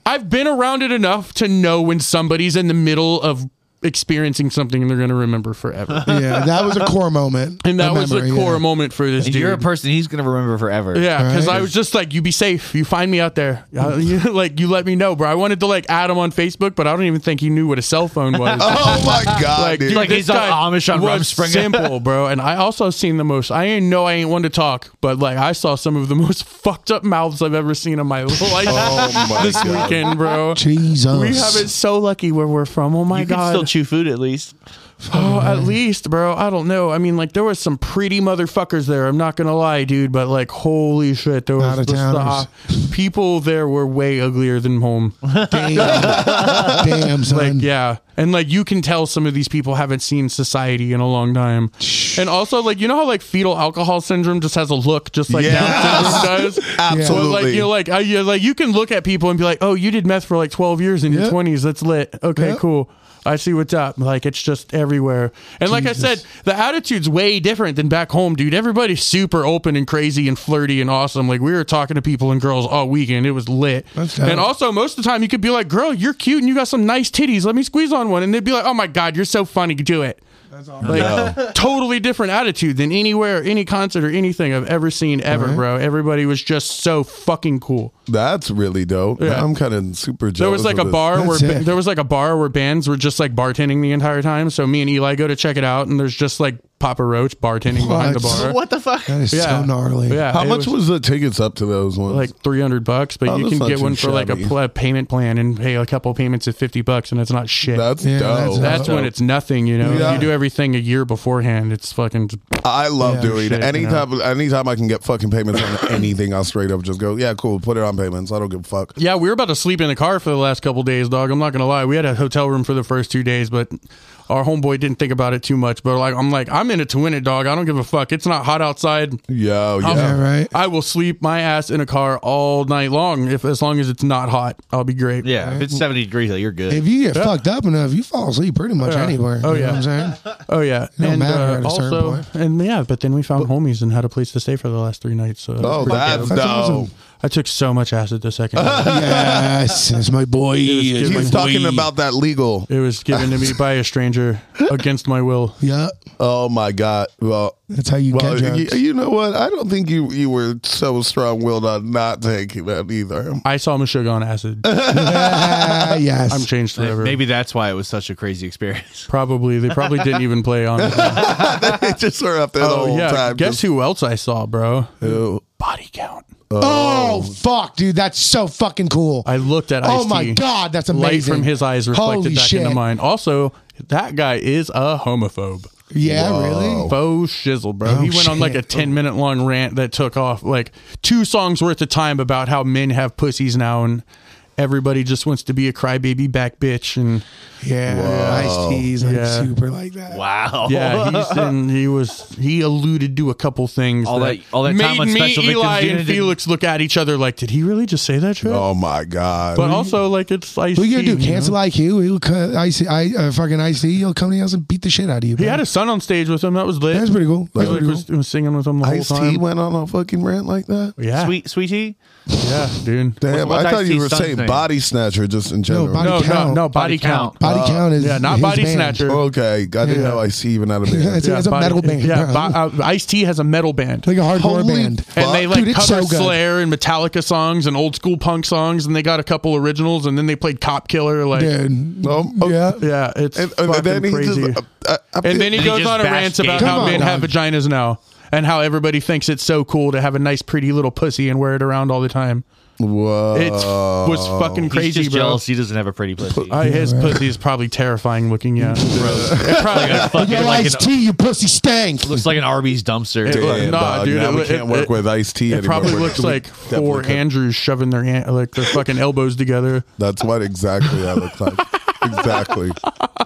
I've been around it enough to know when somebody's in the middle of experiencing something they're gonna remember forever. yeah, that was a core moment. And that was memory, a core yeah. moment for this And dude. you're a person he's gonna remember forever. Yeah, because I Right. was just like, you be safe. You find me out there. Uh, you, like, you let me know, bro. I wanted to, like, add him on Facebook, but I don't even think he knew what a cell phone was. Oh my God, dude. Like, this he's on guy Amish on was Rumspringa. Simple, bro. And I also seen the most, I ain't know I ain't one to talk, but, like, I saw some of the most fucked up mouths I've ever seen in my life Oh my this God. weekend, bro. Jesus. We have it so lucky where we're from. Oh my You can god! still chew food at least. oh, at least, bro. I don't know. I mean, like there was some pretty motherfuckers there. I'm not gonna lie, dude. But like, holy shit, there was Out of just, uh, towners. people there were way uglier than home. Damn, Damn son. Like, yeah. And like you can tell some of these people haven't seen society in a long time. And also like you know how like fetal alcohol syndrome just has a look just like Down Yes. syndrome does? Absolutely. But like you know, like I, you like you can look at people and be like, "Oh, you did meth for like 12 years in your Yeah. 20s. That's lit. Okay, Yeah. cool. I see what's up." Like it's just everywhere. And like I said, the attitude's way different than back home, dude. Everybody's super open and crazy and flirty and awesome. Like we were talking to people and girls all weekend. It was lit. That's dope. And also most of the time you could be like, "Girl, you're cute and you got some nice titties. Let me squeeze on one." And they'd be like, "Oh my god, you're so funny. Do it." Like totally different attitude than anywhere, any concert or anything I've ever seen ever, bro. Everybody was just so fucking cool. That's really dope. Yeah. I'm kind of super jealous. There was like of a this. bar where That's ba- it. there was like a bar where bands were just like bartending the entire time. So me and Eli go to check it out, and there's just like Papa Roach bartending behind the What? bar. What the fuck? that is Yeah. so gnarly. Yeah, How it much was was, the tickets up to those ones? like 300 bucks, but Oh, you that's can not get too one for like a shabby. pl- payment plan and pay a couple payments of 50 bucks, and it's not shit. that's Yeah, dope. that's- That's when it's nothing, you know. Yeah. If you do everything a year beforehand, it's fucking I love Yeah, doing shit, it. you Anytime, anytime I can get fucking payments on anything, I'll straight up just go, yeah, cool, put it on payments. I don't give a fuck. Yeah, we were about to sleep in the car for the last couple days, dog. I'm not gonna lie. We had a hotel room for the first two days, but our homeboy didn't think about it too much. But like, I'm like, I'm in it to win it, dog. I don't give a fuck. It's not hot outside. Yo, yeah. Yeah, right. I will sleep my ass in a car all night long if as long as it's not hot. I'll be great. Yeah, if it's 70 degrees, though, you're good. If you get fucked up enough, you fall asleep pretty much Yeah. anywhere. Oh, you yeah. Know what I'm saying? Oh yeah. don't and uh, matter at a certain also, point. and yeah, but then we found homies and had a place to stay for the last three nights. So Oh, that's That's dope. awesome. I took so much acid the second. time. yes, that's my boy. It was That's good. my He's talking boy. about that legal. It was given to me by a stranger against my will. Yeah, Oh my God. Well, that's how you well, get drugs. you, you know what? I don't think you you were so strong willed on not taking that either. I saw Meshuggah on acid. Ah, yes. I'm changed forever. Maybe that's why it was such a crazy experience. Probably they probably didn't even play on. it. They just were up there the Oh whole yeah. time. Guess who else I saw, bro? who? Body count. oh fuck, dude, that's so fucking cool. I looked at. oh Ice-T. my god, that's Light amazing. from his eyes reflected Holy back shit. into mine. Also, that guy is a homophobe. Yeah, really. Faux shizzle, bro. Oh, he went on like a shit. 10 minute long rant that took off like two songs worth of time about how men have pussies now and everybody just wants to be a crybaby back bitch. And Yeah, Ice T's like Yeah. super like that. Wow. yeah, he's, and he was, he alluded to a couple things All that, that- all that made time on me, Special Victims Eli, Unit and didn't- Felix look at each other like, did he really just say that shit? Oh my God. But also, like, it's Ice What are you T, gonna do? Cancel IQ? He'll cut Ice, I, uh, fucking Ice T. He'll come to your house and beat the shit out of you. He bro. had his son on stage with him. That was lit. That's pretty cool. That's Felix pretty cool. was, was singing with him the Ice whole T time. went on a fucking rant like that. yeah, Sweet, sweetie. yeah, dude. Damn, what's I thought Ice-T's you were son's saying name? body snatcher just in general. body- No, no, count. no, body, Body count. count. Body count is Uh, Yeah, not his body band. snatcher. Oh, okay, I didn't Yeah. know I see even out of It's, it. it's a body- metal band. Yeah, bro. bo- uh, Ice T has a metal band. like a hardcore Holy band. fuck. and they like Dude, it's cover so good. Slayer and Metallica songs and old school punk songs, and they got a couple originals, and then they played Cop Killer. Like, Dude. Um, oh, Yeah. yeah, it's and, and fucking then he crazy. just. uh, I- I- and then he They goes just on a bash rant about gay how people. men Come on, have vaginas now, and how everybody thinks it's so cool to have a nice, pretty little pussy and wear it around all the time. Whoa. It was Oh. fucking He's crazy, just bro. jealous. He doesn't have a pretty pussy. Uh, his pussy is probably terrifying looking. Yeah, It probably Fucking Yo, like Ice an- T, you pussy stank. looks like an Arby's dumpster. It Damn, Nah, dog, dude, now it- we it- can't work it- with Ice T It anymore. probably We're- looks we like definitely four couldn't. Andrews shoving their an- like their fucking elbows together. That's what exactly I look like. exactly,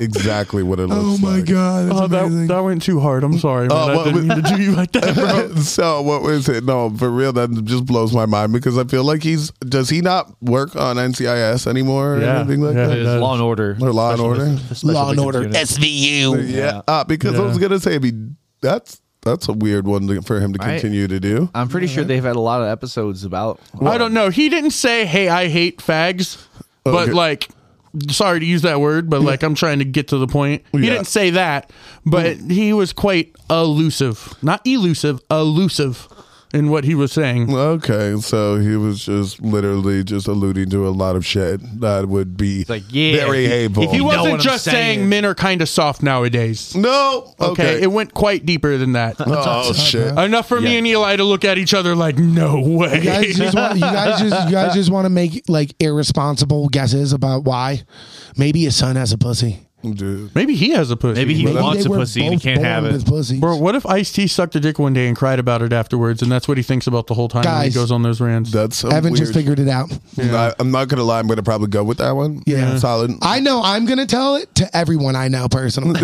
exactly what it looks Oh like. my god, that's Oh, that, amazing. that went too hard. I'm sorry, man. Oh, I well, didn't we- mean to do you like that, bro. so what was it? No, for real, that just blows my mind because I feel like he's does he not work on NCIS anymore or Yeah, anything like yeah, that? he It is does. Law and Order. Or Law and Special- Order? Special Law and Victims Order. Unit. SVU. Yeah, Ah, because I was Yeah. gonna say, I mean, that's that's a weird one to- for him to Right. continue to do. I'm pretty sure they've had a lot of episodes about. I don't know. He didn't say, "Hey, I hate fags," but Okay. like, sorry to use that word, but like, I'm trying to get to the point. He Yeah. didn't say that, but he was quite elusive, not elusive, elusive in what he was saying. Okay, so he was just literally just alluding to a lot of shit that would be like, yeah, very if- hateful. if He you know wasn't what I'm just saying. saying. men are kind of soft nowadays. no, Okay, Mm, okay, it went quite deeper than that. oh shit. Enough for me Yeah. and Eli to look at each other like, no way. You guys just want, you guys just you guys just want to make like irresponsible guesses about why. Maybe his son has a pussy. Dude. Maybe he has a pussy. Maybe he Maybe wants they a were pussy and he both can't born have it. with pussies. Bro, what if Ice T sucked a dick one day and cried about it afterwards, and that's what he thinks about the whole time when he Guys. goes on those rants? That's some Evan weird just figured it out. I, I'm not gonna lie. I'm gonna probably go with that one. Yeah. solid. I know I'm gonna tell it to everyone I know personally.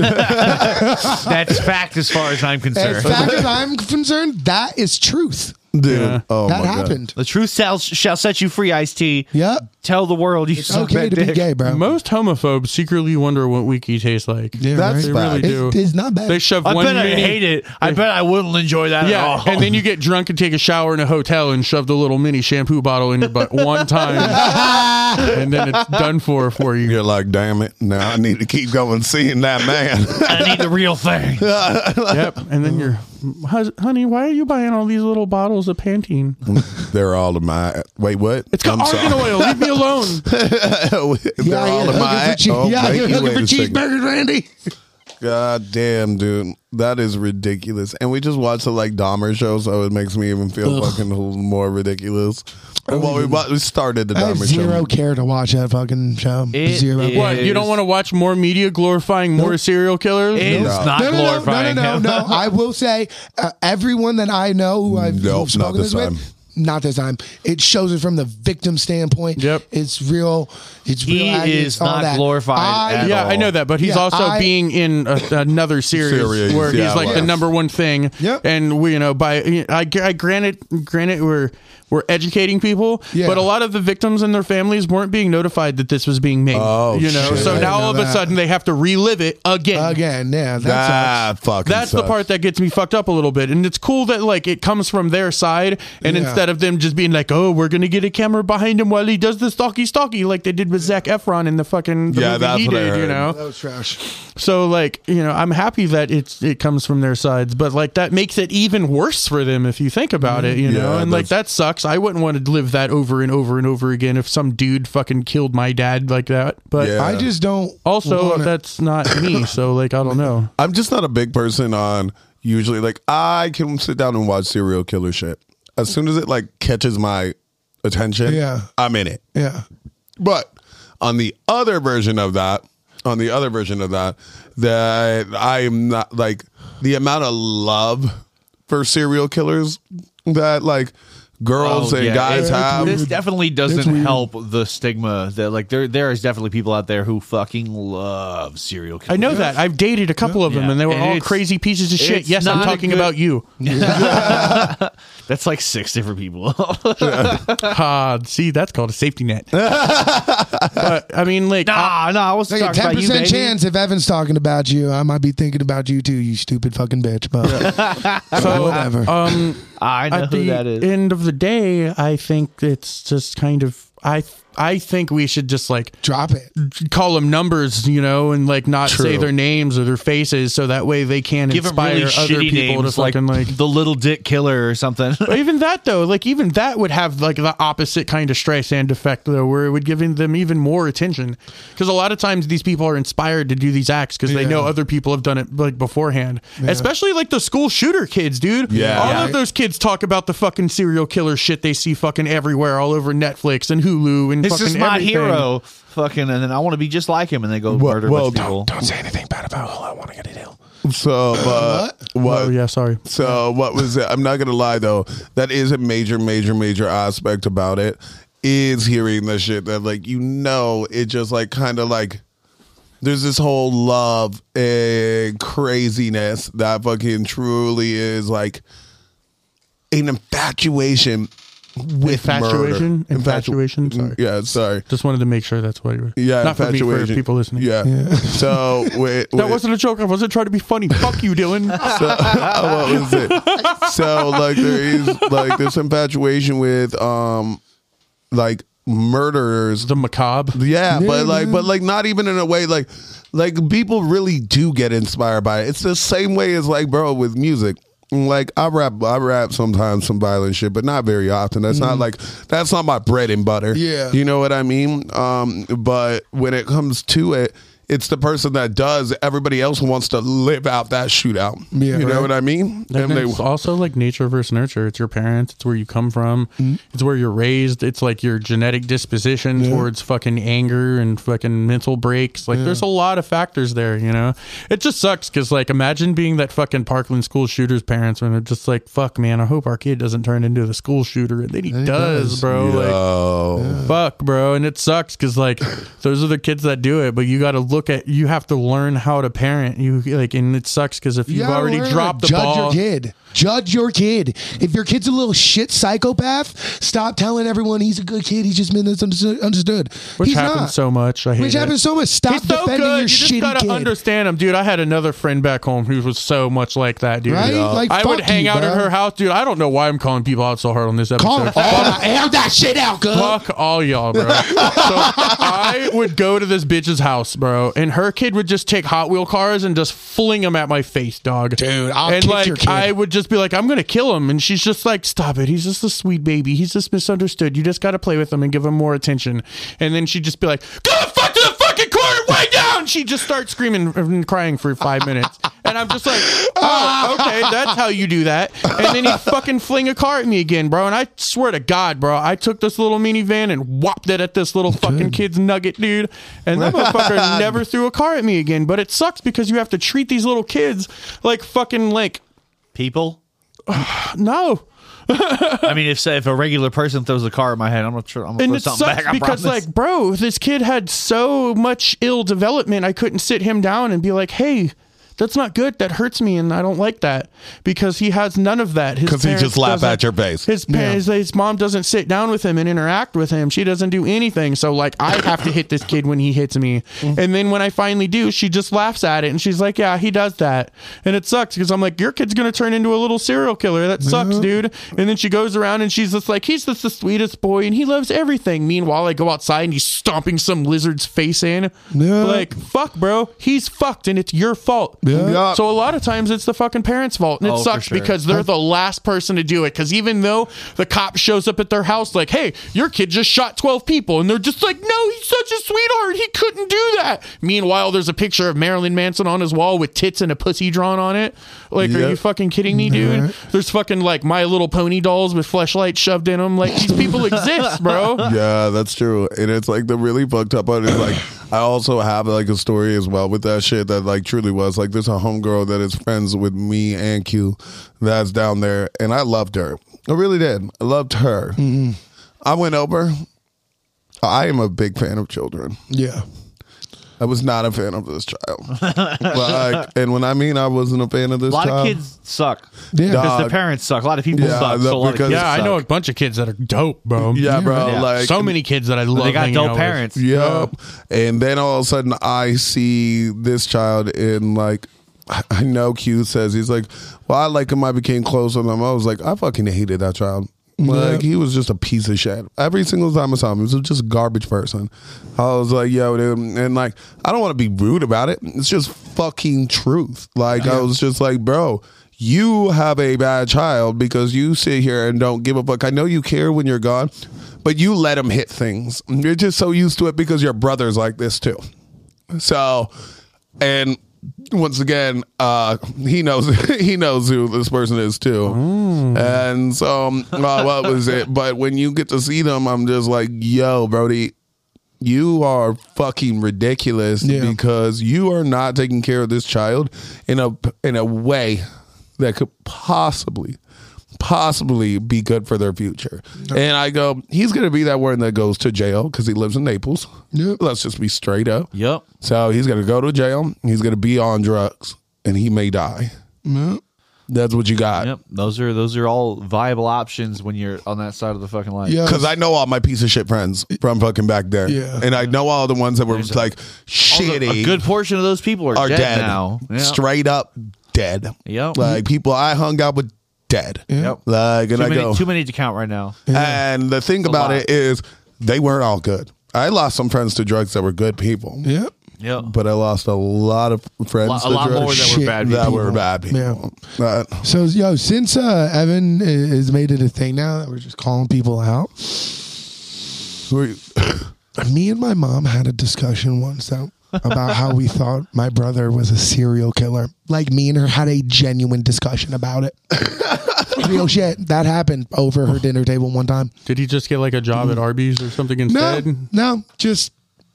That's fact as far as I'm as concerned. far as I'm concerned, that is truth. Dude, oh that my God. happened. The truth shall, shall set you free, Ice T. Yep. Tell the world you It's suck okay that to be dick. gay, bro. Most homophobes secretly wonder what wiki tastes like. Yeah, That's they right? bad. really do. It- it's not bad. They shove I one bet I mini- hate it. I bet I wouldn't enjoy that Yeah, at all. and then you get drunk and take a shower in a hotel and shove the little mini shampoo bottle in your butt one time, and then it's done for for you. You're like, damn it! Now I need to keep going seeing that man. I need the real thing. Yep, and then you're, "Hus- honey, why are you buying all these little bottles of Pantene? They're all of my. Wait, what? It's got sorry. argan oil. Leave me alone. They're Yeah, all you're of my. looking for cheese- oh, yeah, wait, you're you looking wait for a second. cheeseburgers, Randy. God damn, dude, that is ridiculous. And we just watched the like Dahmer show, so it makes me even feel fucking a little more ridiculous. well, we, wa- we started the Oh, I have Dahmer zero show. care to watch that fucking show. It zero. is- What? You don't want to watch more media glorifying more serial killers? It's not No, no, no, no, glorifying no, no, him. no. I will say, uh, everyone that I know who I've Nope, spoken not this with, time. not this time. It shows it from the victim standpoint. Yep. it's real. It's He real. agony, it's is all not that. glorified I, at Yeah, all. I know that, but he's Yeah, also I- being in a, another series, Series, where yeah, he's like the yes. number one thing. Yep. And we, you know, by I, I granted, granted, we're We're educating people, Yeah. but a lot of the victims and their families weren't being notified that this was being made. Oh, you know, shit. I so didn't now all of a sudden they have to relive it again. Again, yeah, that's That fucking That's the sucks. part that gets me fucked up a little bit. And it's cool that like it comes from their side and Yeah. instead of them just being like, Oh, we're gonna get a camera behind him while he does the stalky stalky like they did with Zach Efron in the fucking the Yeah, movie that's he what I did, you heard. know. that was trash. So like, you know, I'm happy that it's it comes from their sides, but like that makes it even worse for them if you think about it, you know. Yeah, And like that sucks. I wouldn't want to live that over and over and over again if some dude fucking killed my dad like that. But Yeah. I just don't. also wanna- that's not me, so like I don't know. I'm just not a big person on usually like I can sit down and watch serial killer shit. As soon as it like catches my attention, Yeah. I'm in it. yeah, But on the other version of that, on the other version of that, that I am not like the amount of love for serial killers that like girls Oh, and yeah, guys it- have. This definitely doesn't help the stigma that like there there is definitely people out there who fucking love serial I killers. know that. I've dated a couple of them, Yeah. and they were And all it's- crazy pieces of shit. it's Yes, not I'm a talking good- about you. That's like six different people. Ah, see, that's called a safety net. but I mean, like, I- nah, nah, I was like a talking ten about you, percent baby. chance if Evan's talking about you, I might be thinking about you too. You stupid fucking bitch, but so, whatever. um, I know at who the that is. end of the day, I think it's just kind of I. I think we should just like drop it. call them numbers, you know, and like not say True. their names or their faces, so that way they can Give them inspire really other shitty people names to like, fucking like the Little Dick Killer or something. But even that though, like even that would have like the opposite kind of Streisand effect though, where it would give them even more attention. Because a lot of times these people are inspired to do these acts because they Yeah. know other people have done it like beforehand. Especially like the school shooter kids, dude. Yeah. all Yeah. of those kids talk about the fucking serial killer shit they see fucking everywhere, all over Netflix and Hulu and this fucking is my everything. hero. Fucking, and then I want to be just like him, and they go murder a well, bunch of people. don't say anything bad about who I want to get a deal. So, but what? Oh yeah, sorry. So what was it? I'm not gonna lie though. That is a major, major, major aspect about it. Is hearing the shit that like you know it just like kind of like there's this whole love and craziness that fucking truly is like an infatuation with Infatuation? murder. Infatuation? Sorry. Yeah, sorry. Just wanted to make sure that's what you were. Yeah, not for me, for infatuation. people listening. Yeah. So with, That wasn't a joke. I wasn't trying to be funny. Fuck you, Dylan. so what was it? So like there is like this infatuation with um like murderers. The macabre. Yeah, but like but like not even in a way like like people really do get inspired by it. It's the same way as like bro with music. Like I rap I rap sometimes some violent shit, but not very often. That's not like that's not my bread and butter. Mm-hmm. Yeah. You know what I mean? Um but when it comes to it it's the person that does. Everybody else wants to live out that shootout. Yeah, you know right. what I mean? And And they- it's also like nature versus nurture. It's your parents. It's where you come from. Mm-hmm. It's where you're raised. It's like your genetic disposition towards fucking anger and fucking mental breaks. Like there's a lot of factors there, you know? It just sucks because like imagine being that fucking Parkland school shooter's parents when they're just like, fuck man, I hope our kid doesn't turn into the school shooter. And then he, does, bro. Like oh. fuck bro and it sucks because like those are the kids that do it but you got to look at you have to learn how to parent you like and it sucks because if you've gotta already learn how to dropped the judge ball your kid. Judge your kid. If your kid's a little shit psychopath, stop telling everyone he's a good kid. He's just been misunderstood. which he's happens not. so much i hate Which it. happens so much. Stop He's so defending good. your you just shitty gotta kid. understand him, dude. I had another friend back home who was so much like that, dude. Right? Yeah. Like, I would fuck hang you, out at bro. her house, dude. I don't know why I'm calling people out so hard on this episode. Call him all out. air that shit out, good. Fuck all y'all, bro. so I would go to this bitch's house, bro, and her kid would just take Hot Wheel cars and just fling them at my face, dog. Dude, I'll and kick like your kid. I would just be like, I'm gonna kill him, and she's just like, stop it. He's just a sweet baby. He's just misunderstood. You just gotta play with him and give him more attention. And then she'd just be like, go the fuck to the fucking corner, way down. She just starts screaming and crying for five minutes, and I'm just like, oh, okay, that's how you do that. And then he fucking fling a car at me again, bro. And I swear to God, bro, I took this little minivan and whopped it at this little fucking kid's nugget, dude. And that motherfucker never threw a car at me again. But it sucks because you have to treat these little kids like fucking like People. no. I mean, if say, if a regular person throws a car at my head, I'm gonna, tr- I'm gonna And throw it something sucks back. I because, promise. like, bro, this kid had so much ill development. I couldn't sit him down and be like, hey, that's not good. That hurts me, and I don't like that because he has none of that. His 'Cause he parents just laugh doesn't- at your face. His parents, his mom doesn't sit down with him and interact with him. She doesn't do anything. So like, I have to hit this kid when he hits me, and then when I finally do, she just laughs at it and she's like, "Yeah, he does that," and it sucks because I'm like, "Your kid's gonna turn into a little serial killer. That sucks, dude." And then she goes around and she's just like, "He's just the sweetest boy, and he loves everything." Meanwhile, I go outside and he's stomping some lizard's face in. Like, fuck, bro, he's fucked, and it's your fault. Yeah. So a lot of times it's the fucking parents' fault, and it Oh, for sucks sure. because they're the last person to do it. Because even though the cop shows up at their house, like, "Hey, your kid just shot twelve people," and they're just like, "No, he's such a sweetheart. He couldn't do that." Meanwhile, there's a picture of Marilyn Manson on his wall with tits and a pussy drawn on it. Like, are you fucking kidding me, dude? There's fucking like My Little Pony dolls with fleshlights shoved in them. Like these people exist, bro. Yeah, that's true. And it's like the really fucked up part is like I also have like a story as well with that shit that like truly was like there's a homegirl that is friends with me and Q that's down there and I loved her. I really did. I loved her. I went over. I am a big fan of children. Yeah. I was not a fan of this child. like, and when I mean I wasn't a fan of this A lot child, of kids suck Yeah. because the Dog. parents suck. A lot of people Yeah, suck. that- So a lot of because- kids Yeah, I know a suck. bunch of kids that are dope, bro. yeah, bro, Yeah. like so many kids that I love. they got hanging out dope with. parents. Yep. And then all of a sudden, I see this child in like, I- I know Q says he's like, well, I like him. I became close with him. I was like, I fucking hated that child. Like he was just a piece of shit. Every single time I saw him, he was just a garbage person. I was like, yo, dude, and like, I don't want to be rude about it. It's just fucking truth. Like I was just like, bro, you have a bad child because you sit here and don't give a fuck. I know you care when you're gone, but you let him hit things. You're just so used to it because your brother's like this too. So, and once again, uh, he knows he knows who this person is too. And so, um, uh, what was it? But when you get to see them, I'm just like, yo, Brody, you are fucking ridiculous because you are not taking care of this child in a in a way that could possibly possibly be good for their future. And I go, he's going to be that one that goes to jail cuz he lives in Naples. Let's just be straight up. Yep. So he's going to go to jail, he's going to be on drugs and he may die. That's what you got. Yep. Those are those are all viable options when you're on that side of the fucking line. Yeah. Cause I know all my piece of shit friends from fucking back there, Yeah. and I know all the ones that were like All the- shitty. A good portion of those people are, are dead, dead, now. Yeah. straight up dead. Yep. like people I hung out with dead. Yep. Like, and Too I many, go, too many to count right now. and the thing about lot. it is, they weren't all good. I lost some friends to drugs that were good people. Yeah. Yep. But I lost a lot of friends. Lo- a to lot drugs more that were Shit. bad. that people. were bad people. Uh, So yo, since uh, Evan i- has made it a thing now that we're just calling people out, we- me and my mom had a discussion once though about how we thought my brother was a serial killer. Like me and her had a genuine discussion about it. Real shit. That happened over her dinner table one time. Did he just get like a job at Arby's or something No, instead? no, just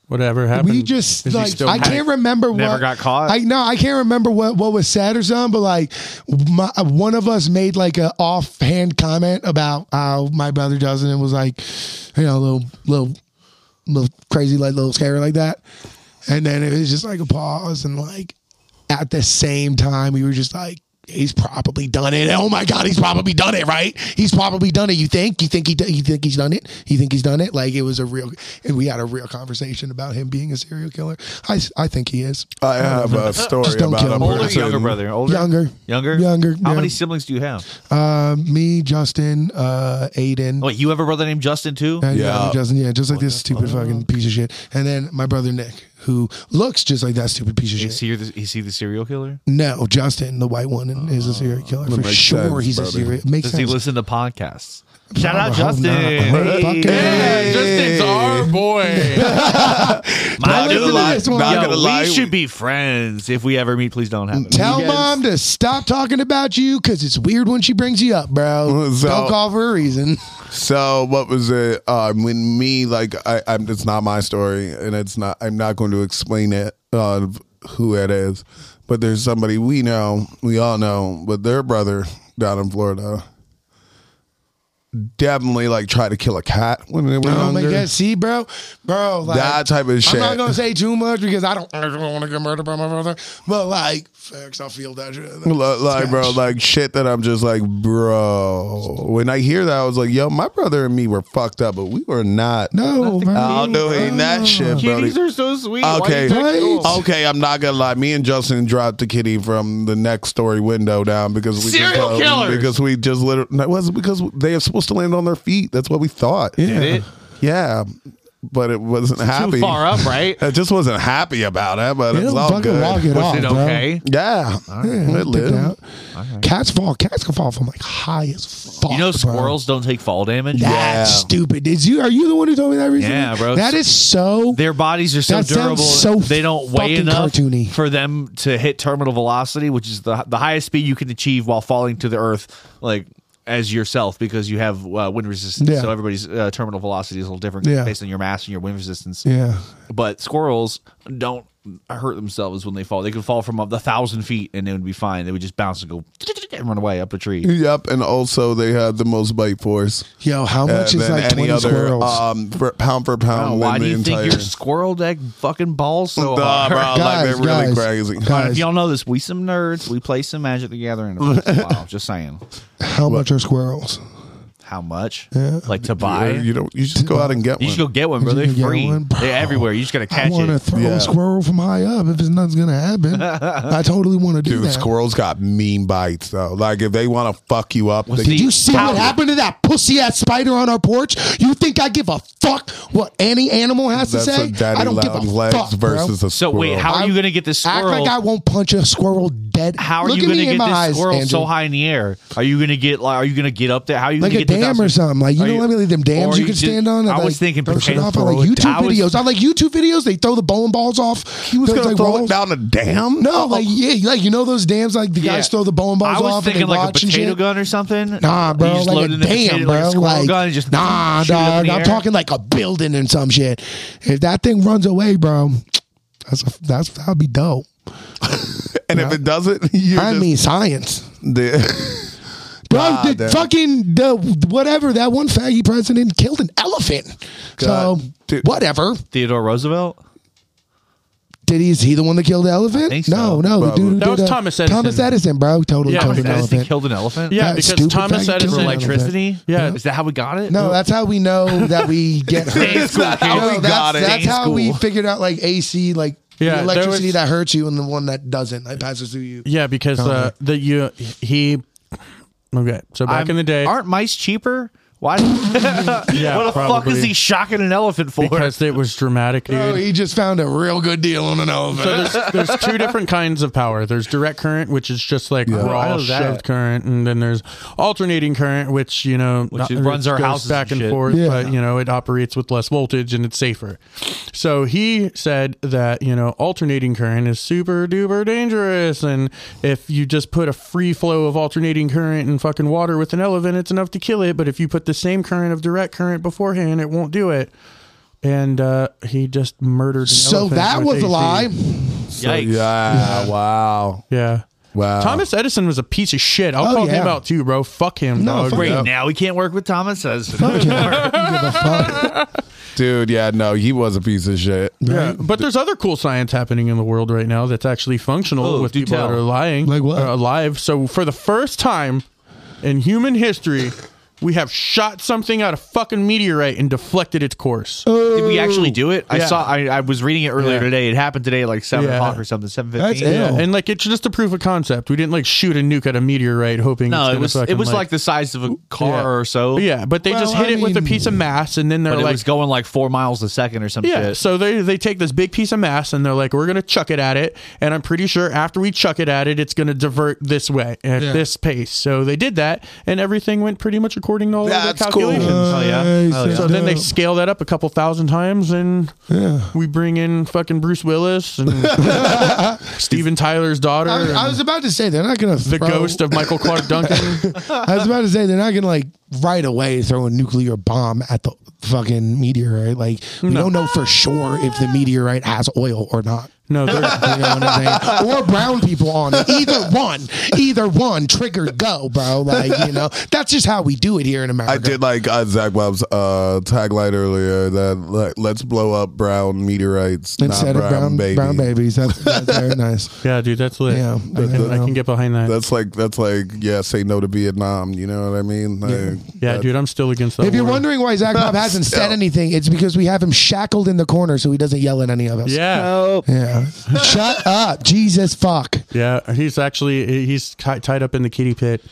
Whatever happened. we just Is he like still I hacked? can't remember Never what got caught? I no, I can't remember what what was said or something. But like, my, one of us made like a offhand comment about how my brother does, it and it was like, you know, a little little little crazy, like little scary like that. And then it was just like a pause, and like at the same time, we were just like. He's probably done it. Oh my God, he's probably done it, right? He's probably done it. You think? You think he? You think he's done it? You think he's done it? Like it was a real, and we had a real conversation about him being a serial killer. I, I think he is. I have a story don't about kill a him. Older, or person. younger brother, Uh, older, Younger. younger, Younger, How yeah. many siblings do you have? Uh, me, Justin, uh, Aiden. Wait, you have a brother named Justin too? And, yeah, Yeah. Justin. Yeah, Oh, just like this stupid fucking piece of shit. And then my brother Nick, who looks just like that stupid piece of Is shit. he, the, is he the serial killer? No, Justin, the white one, and is a serial killer for Oh, makes sure. sense, he's a brother. serial. Makes Does sense. he listen to podcasts? Shout out I hope Justin! not. I hope fucking- Yeah, Justin's our boy. My Not dude, gonna lie, not yo, gonna we lie. should be friends if we ever meet. Please don't happen. Tell mom to stop talking about you because it's weird when she brings you up, bro. So- Don't call for a reason. So what was it? Um, when me like I, I'm, it's not my story, and it's not. I'm not going to explain it uh, who it is, but there's somebody we know, we all know, but their brother down in Florida definitely like tried to kill a cat when they were Oh my younger. god, see, bro, bro, like, That type of I'm not shit. gonna say too much because I don't, I don't want to get murdered by my brother, but like, facts, I feel that shit. Li- Like, bro, like shit that I'm just like, bro. When I hear that, I was like, yo, my brother and me were fucked up, but we were not. no, bro. doing that shit, bro. Kitties are so sweet. Okay. Why do you take those? Okay, I'm not gonna lie. Me and Justin dropped the kitty from the next story window down because we Serial just, uh, killers! because we just literally no, it wasn't because they are supposed to land on their feet. That's what we thought. Yeah, it? yeah, but it wasn't happy. Too far up, right? I just wasn't happy about it, but it's It'll all fucking walk good. it Was off, it bro. okay? Yeah, Yeah, it dip lived. out. Cats fall. Cats can fall from like high as fuck. You know, bro. squirrels don't take fall damage. That's Yeah. stupid. Did you? Are you the one who told me that recently? Yeah, bro. That is so. Their bodies are so That sounds durable. so they don't weigh fucking enough cartoony. for them to hit terminal velocity, which is the the highest speed you can achieve while falling to the earth, like as yourself, because you have uh, wind resistance. Yeah. So everybody's uh, terminal velocity is a little different Yeah. based on your mass and your wind resistance. yeah. But squirrels don't hurt themselves when they fall. They could fall from a thousand feet and they would be fine. They would just bounce and go and run away up a tree. Yep, and also they had the most bite force. Yo, how much Uh, than is like any twenty other squirrels? um, for, pound for pound. Oh, than why do the you think entire, your squirrel deck fucking balls so Nah, hard? bro, like Guys, they're really guys, crazy. guys. If y'all know this, we some nerds. We play some Magic the Gathering. once in a while. Just saying. how much are squirrels? How much? Yeah. Like to buy? You don't. You just go out and get You one. should go get one, bro. You They're can get free. one, bro. They're everywhere. You just gotta I catch want to it. throw Yeah. a squirrel from high up if it's nothing's gonna happen. I totally want to do Dude, that. squirrels got mean bites though. Like if they want to fuck you up, they, Did you see what happened to that pussy ass spider on our porch? You think I give a fuck what any animal has that's to say? a daddy I don't give a long legs fuck, bro. versus a So squirrel. wait, how are you gonna get this Act squirrel? like I won't punch a squirrel dead. how are Look you at gonna me get in this my eyes, squirrel so Andrew. high in the air? Are you gonna get like? Are you gonna get up there? How are you Like gonna a get the dam thousand- or something. Like you Are know how many of them dams or you can just- stand on? I and, was like, thinking throw shit potatoes. off. I like YouTube I was- videos. I like YouTube videos. They throw the bowling balls off. He Who's gonna throw it down a dam? No, like yeah, like you know those dams. Like the Yeah. guys throw the bowling balls I was off. thinking and they like a watch and potato shit. gun or something. Nah, You bro, just like load it a in the damn, potato, bro. like a Like, squirrel gun and just nah, shoot it up in dog. the I'm air. talking like a building and some shit. If that thing runs away, bro, that's a, that's that'd be dope. and if it doesn't, you I just mean, science, the, bro. God the damn. fucking the whatever that one faggy president killed an elephant. God, so dude. whatever. Theodore Roosevelt. Did he? Is he the one that killed the elephant? think so. No, no. The dude who That did, was uh, Thomas Edison. Thomas Edison, bro, totally Yeah, killed Thomas an Edison elephant. killed an elephant. Yeah, That because stupid Thomas faggot Edison killed For an elephant. electricity. Yeah. Is that how we got it? No, that's how we know that we get hurt. Dang school, That's how kid. we No, got it. that's, that's Dang how we school. figured out like AC, like Yeah, the there electricity was- that hurts you and the one that doesn't that passes through you. Yeah, because uh, the you he. Okay, so back I'm- in the day, aren't mice cheaper? Why? yeah, what the fuck probably. is he shocking an elephant for? because it was dramatic, dude. Oh, he just found a real good deal on an elephant. So there's, there's two different kinds of power. There's direct current, which is just like I raw know shoved that. current, and then there's alternating current, which you know Which runs our goes houses back and and shit. forth, Yeah. but you know it operates with less voltage and it's safer. So he said that you know alternating current is super duper dangerous, and if you just put a free flow of alternating current and fucking water with an elephant, it's enough to kill it. But if you put the same current of direct current beforehand, it won't do it. And uh, he just murdered. An So elephant that with was a AC. lie. Yikes. yeah, wow, Yeah. wow. Thomas Edison was a piece of shit. I'll Uh, Oh, call him yeah. out too, bro. Fuck him, No, dog. fuck Great. Yeah. Now we can't work with Thomas Edison. Fuck him. I don't give a fuck. dude, yeah, no, he was a piece of shit. Yeah. But there's other cool science happening in the world right now that's actually functional Oh, with do people tell. that are lying. Like what? Or alive. So for the first time in human history, we have shot something out of fucking meteorite and deflected its course. Oh. Did we actually do it? I Yeah. saw. I, I was reading it earlier Yeah. today. It happened today, at like seven Yeah. o'clock or something. Seven That's fifteen. it. Yeah, and like it's just a proof of concept. We didn't like shoot a nuke at a meteorite hoping. it's No, it gonna was. It fucking, was like the size of a car Yeah. or so. yeah, but they just Well, hit I it with a mean- piece of mass, and then they're But it like, was going like four miles a second or some Yeah. shit. So they they take this big piece of mass and they're like, we're gonna chuck it at it, and I'm pretty sure after we chuck it at it, it's gonna divert this way at this pace. So they did that, and everything went pretty much according to all of their That's cool. calculations. Oh, yeah. Oh, yeah. So then they scale that up a couple thousand times, and Yeah. we bring in fucking Bruce Willis and Steven Tyler's daughter, I, was- I and was about to say they're not gonna the ghost of Michael Clark Duncan. I was about to say they're not gonna like right away throw a nuclear bomb at the fucking meteorite. Like we don't know for sure if the meteorite has oil or not. No, they're, You know what I mean? or brown people on it. Either one, either one triggered go, bro. Like you know, that's just how we do it here in America. I did like uh, Zach Webb's uh, tagline earlier that like, let's blow up brown meteorites, Instead not of brown, brown, baby. brown babies, that's, that's very nice. yeah, dude, that's lit. Yeah, I, can, I can get behind that. That's like that's like yeah, say no to Vietnam. You know what I mean? Like, yeah, dude, I'm still against that. If you're war. wondering why Zach Bob hasn't said Still. anything, it's because we have him shackled in the corner so he doesn't yell at any of us. yeah, Yeah. Shut up. Jesus fuck. yeah, he's actually he's ti- tied up in the kitty pit.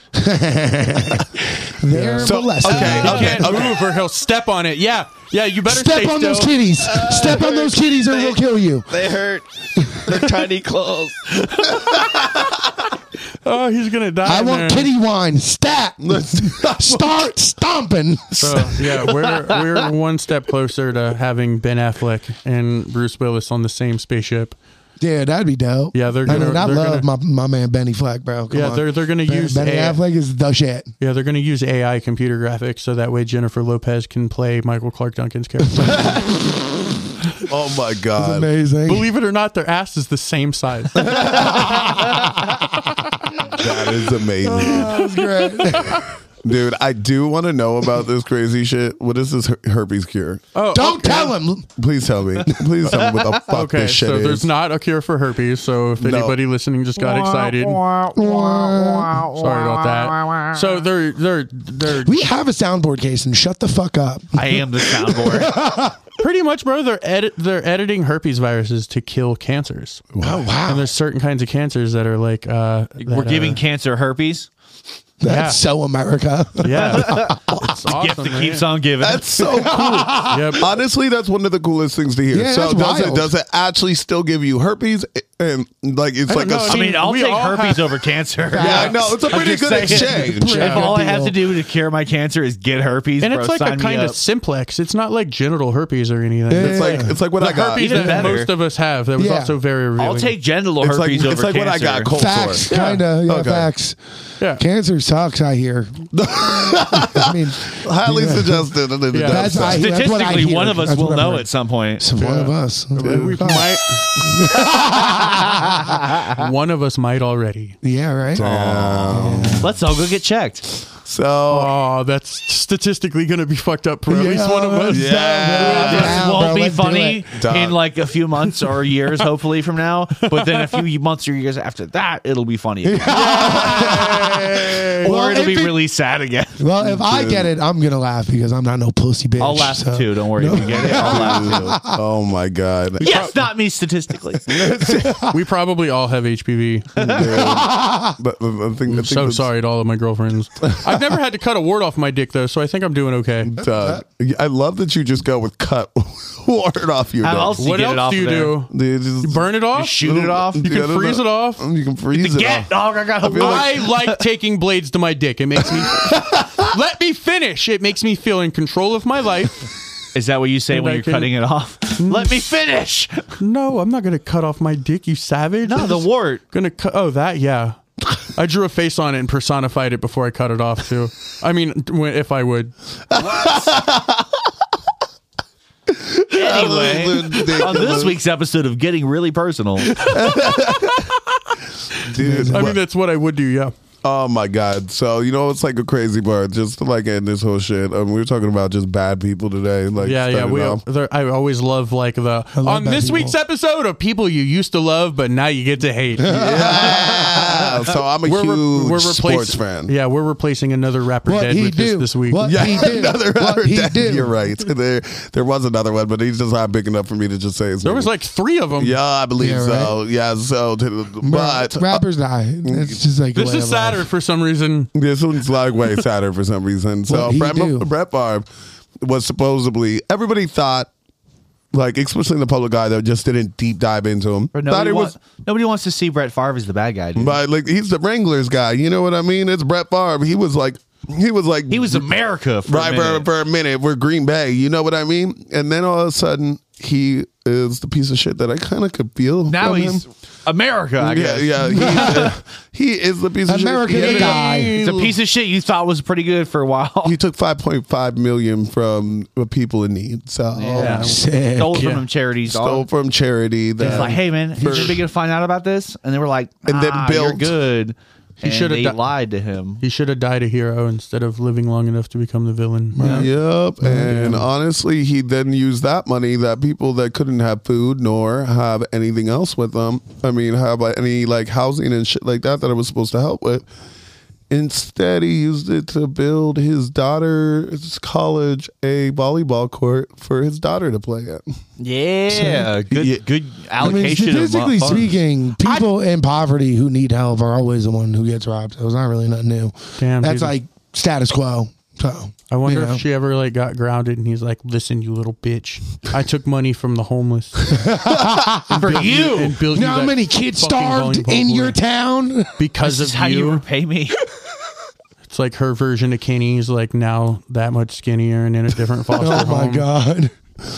They're So, molesting. okay, He uh, people. okay. can't move or he'll step on it. Yeah, yeah, you better Step stay on still. those kitties. Step on those kitties or we'll kill you. They hurt. They're tiny claws. Oh, he's gonna die. I man. want kitty wine. Stat. Start stomping. So yeah, we're we're one step closer to having Ben Affleck and Bruce Willis on the same spaceship. Yeah, that'd be dope. Yeah, they're I mean, gonna- I they're love my, my man Benny Fleck, bro. Come Yeah, on. they're they're gonna Ben- use Benny AI, Affleck is the shit. yeah they're gonna use AI computer graphics so that way Jennifer Lopez can play Michael Clark Duncan's character. Oh my god. Amazing. Uh, Believe it or not, their ass is the same size. That is amazing. Oh, That's great. Dude, I do want to know about this crazy shit. What is this her- herpes cure? Oh, Don't tell him. Please tell me. Please tell me what the fuck okay. this shit So is. there's not a cure for herpes. So if No. anybody listening just got excited, sorry about that. So they're they're they're We have a soundboard case and shut the fuck up. I am the soundboard. pretty much, bro. They're edit they're editing herpes viruses to kill cancers. Oh, And wow. there's certain kinds of cancers that are like uh, We're that, giving uh, cancer herpes. yeah. That's so America. yeah. It's awesome, Gift that man. keeps on giving. that's so cool. Yep. Honestly, that's one of the coolest things to hear. Yeah, so that's does wild. it does it actually still give you herpes? And like it's I like don't a know, I mean, I'll we take all herpes have- over cancer. yeah, I know it's a pretty good exchange. If all I have deal. to do to cure my cancer is get herpes, And bro, it's like sign a me kind up. of simplex. It's not like genital herpes or anything. It's like it's like what I got. herpes It's Even that better. most of us have. That was Yeah. also very revealing. I'll take genital like herpes over it's like what I cancer. got. Cold Facts, sore. kind of. Yeah, Okay. facts. Yeah. Cancer sucks, I hear. I mean, Highly Yeah. suggested. and it Yeah. does That's- I- suck. that's what I Statistically, hear. one of us That's will what I've know heard. at some point. it's one of us. We might. One of us might already. Yeah, right? Let's all go get checked. Um, so Oh, that's statistically going to be fucked up for at least one of us. Yeah. Yeah. this Yeah, Uh, won't bro, be let's do funny it. Dog. in like a few months or years, hopefully from now. But then a few months or years after that, it'll be funny, again. or Well, it'll if be it- really sad again. Well, if I get it, I'm going to laugh because I'm not no pussy bitch. I'll laugh so. too. Don't worry. If you get it, I'll laugh too. Oh my god. Yes, not me statistically. We probably all have HPV. I'm But but I think, I think so that's- sorry to all of my girlfriends. I've never had to cut a wart off my dick though, so I think I'm doing okay. Doug, uh, I love that you just go with cut ward off your How dick. else What you get it else off do you there? do? Dude, just- You burn it off? shoot it off? You Yeah, I can don't freeze it know. off? You can freeze it Get off. dog, I got a I like taking blades to my dick. It makes me let me finish. It makes me feel in control of my life. Is that what you say And when I you're can- cutting it off? Let me finish. No, I'm not gonna cut off my dick, you savage. No, the wart. gonna cut. Oh, that yeah. I drew a face on it and personified it before I cut it off too. I mean, when- if I would. Anyway, on this week's episode of Getting Really Personal, Dude, I what- mean, that's what I would do. Yeah. oh my god. So you know it's like a crazy part. Just to like end this whole shit. Um, we were talking about just bad people today. Like Yeah, yeah. started We, off. there, I always love like the love on that this people. week's episode of people you used to love, but now you get to hate. Yeah. So I'm a re- huge sports replacing- fan. Yeah, we're replacing another rapper What dead he with do? this this week. What Yeah, he did. another What he dad, did. You're right. There, there was another one, but he's just not big enough for me to just say his There name. was like three of them. yeah, I believe Yeah, so. Yeah, so to, Bro, but rappers die. It's just like This way is of life. sadder for some reason. This one's like way sadder for some reason. So What'd he Brett, do? Brett Favre was supposedly everybody thought, like especially the public eye that just didn't deep dive into him. But thought nobody, he wa- was, nobody wants to see Brett Favre as the bad guy. Dude. but like he's the Wranglers guy. You know what I mean? It's Brett Favre. He was like, he was like, he was America for a right for, minute. for a minute. We're Green Bay. You know what I mean? And then all of a sudden, he is the piece of shit that I kind of could feel. Now from he's him. America. I yeah, guess. yeah. He, uh, he is the piece of American shit. He- guy. It's a piece of shit you thought was pretty good for a while. He took 5.5 million from the people in need. So Yeah. Sick. Stole from them charities. stole dog. from charity. That It's like, hey man, is For- anybody gonna find out about this? And they were like, And then nah, you're built. good. He should should've have di- lied to him. He should have died a hero instead of living long enough to become the villain. Yep. And honestly, he then used that money that people that couldn't have food nor have anything else with them. I mean, have like, any like housing and shit like that that I was supposed to help with. Instead, he used it to build his daughter's college a volleyball court for his daughter to play at. Yeah, good, good I mean, allocation of statistically funds. speaking, people in poverty who need help are always the one who gets robbed. So it's not really nothing new. Damn, That's dude. like status quo. So I wonder you know. if she ever like got grounded and he's like, "Listen, you little bitch, I took money from the homeless for you. and built you You know how that many kids fucking starved volleyball in court your town? because This is of how you you." repay me. It's like her version of Kenny. He's like now that much skinnier and in a different foster Oh my home. god,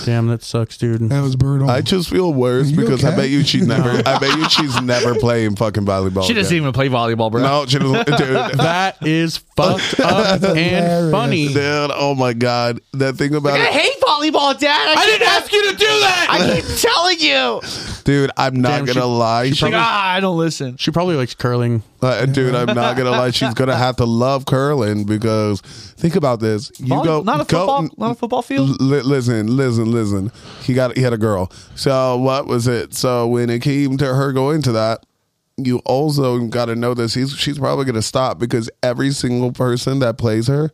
Damn, that sucks, dude. that was brutal. I just feel worse you because I okay? bet you she never. I bet you she's never playing fucking volleyball. She doesn't again. even play volleyball, bro. No, she doesn't. Dude, That is fucked up and Hilarious. funny. dude, oh my god, that thing about I it. hate volleyball, Dad. I, I didn't ask you to do that. I keep telling you. Dude, I'm not Damn, gonna she- lie. She- Like, ah, I don't listen. She probably likes curling. uh, dude, I'm not gonna lie. She's gonna have to love curling because think about this. You Volley- go not a go- football, not a football field. Li- listen, listen, listen. He got he had a girl. So what was it? So when it came to her going to that, you also got to know this. He's she's probably gonna stop because every single person that plays her,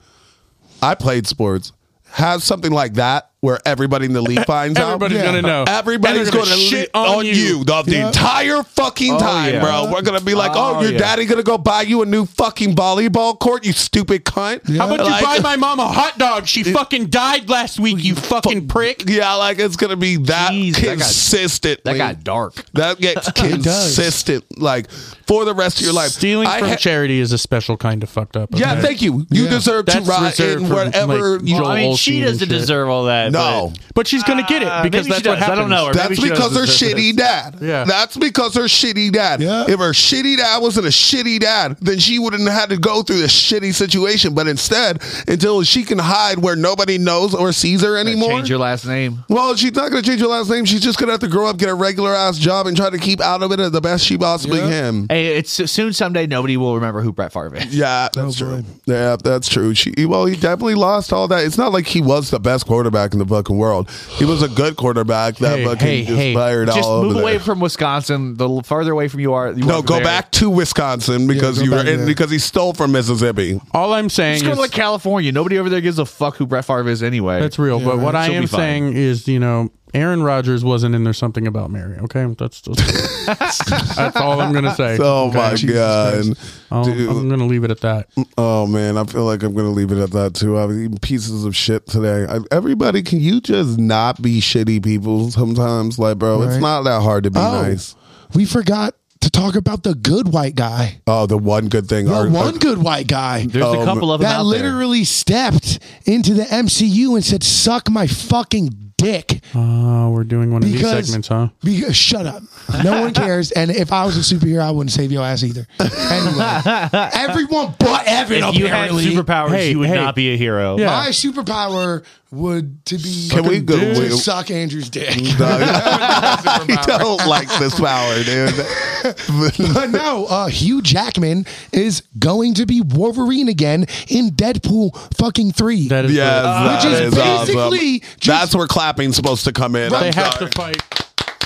I played sports. Have something like that where everybody in the league finds Everybody's out. gonna know. Everybody's And they're going gonna to shit on, on you, you. Oh, the, the entire fucking time, yeah. bro. We're gonna be like, oh, Oh, your yeah. daddy gonna go buy you a new fucking volleyball court, you stupid cunt. How about Like- you buy my mom a hot dog? She fucking died last week. You fucking prick. Yeah, like it's gonna be that Jeez, that got- consistent. like, That got dark. That gets consistent, like for the rest of your life. Stealing I from ha- charity is a special kind of fucked up. Yeah, okay? thank you. You Yeah. deserve That's to ride reserved in for, wherever like, you. Joel I mean, Olsen she and doesn't shit. deserve all that. No, But she's gonna get Uh, it because maybe she that's what does. I happens. don't know her. that's Maybe she because her doesn't deserve shitty dad. Yeah. that's because her shitty dad. Yeah. If her shitty dad wasn't a shitty dad, then she wouldn't have had to go through this shitty situation. But instead, until she can hide where nobody knows or sees her anymore, Change your last name. Well, she's not going to change her last name. She's just going to have to grow up, get a regular ass job, and try to keep out of it the best she possibly can. Hey, it's soon someday nobody will remember who Brett Favre is. Yeah, that's true. Yeah, that's true. She well, he definitely lost all that. It's not like he was the best quarterback in the fucking world. He was a good quarterback that Hey, fucking hey, hey. inspired Just all move over away there. from Wisconsin. The l- farther away from you are, you no, are go there. back to Wisconsin because go you were back in there. because he stole from Mississippi. All I'm saying Just go is to like California. Nobody over there gives a fuck who Brett Favre is anyway. that's real. but what I She'll be am fine. saying is, you know, Aaron Rodgers wasn't in there. Something about Mary. Okay, that's that's, that's all I'm gonna say. Oh my Jesus god, I'll- dude. Um, I'm gonna leave it at that. Oh man, I feel like I'm gonna leave it at that too. I was eating pieces of shit today. I, everybody, can you just not be shitty people sometimes? Like, bro, it's Right. not that hard to be Oh, nice. we forgot to talk about the good white guy. Oh, the one good thing. The our- one good white guy There's a couple of them that out there. literally stepped into the MCU and said, "Suck my fucking dick." Oh, we're doing one of these Because- segments, huh? Because, shut up. No one cares. And if I was a superhero, I wouldn't save your ass either. Anyway, everyone but Evan If you had apparently. superpowers, Hey, you would hey. not be a hero. Yeah. My superpower would to be Can we go- to we- suck Andrew's dick. I don't like this power, dude. But no, uh, Hugh Jackman is going to be Wolverine again in Deadpool fucking three. That is yeah, what- Which is basically just- that's where clapping's supposed to come in. they I'm have sorry. to fight.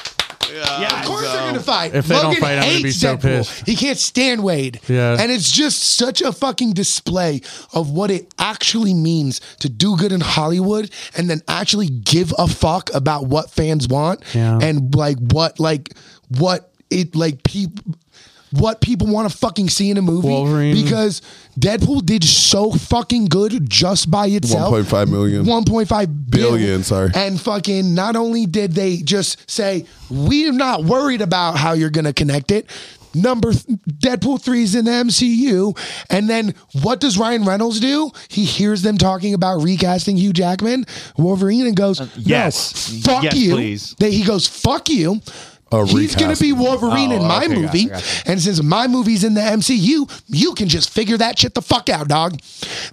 of course they're gonna fight. If they don't Logan fight, I'm gonna hates be so Deadpool. pissed. He can't stand Wade. Yeah. and it's just such a fucking display of what it actually means to do good in Hollywood and then actually give a fuck about what fans want Yeah. and like what like what it like people. What people want to fucking see in a movie Wolverine. because Deadpool did so fucking good just by itself. 1.5 million. 1.5 Billion, sorry. and fucking not only did they just say, We're not worried about how you're gonna connect it. Number th- Deadpool 3 is in the MCU. And then what does Ryan Reynolds do? He hears them talking about recasting Hugh Jackman, Wolverine, and goes, Uh, yes. no, fuck Yes, you. please. Then he goes, fuck you. He's going to be Wolverine Oh, in my movie. and since my movie's in the MCU, you can just figure that shit the fuck out, dog.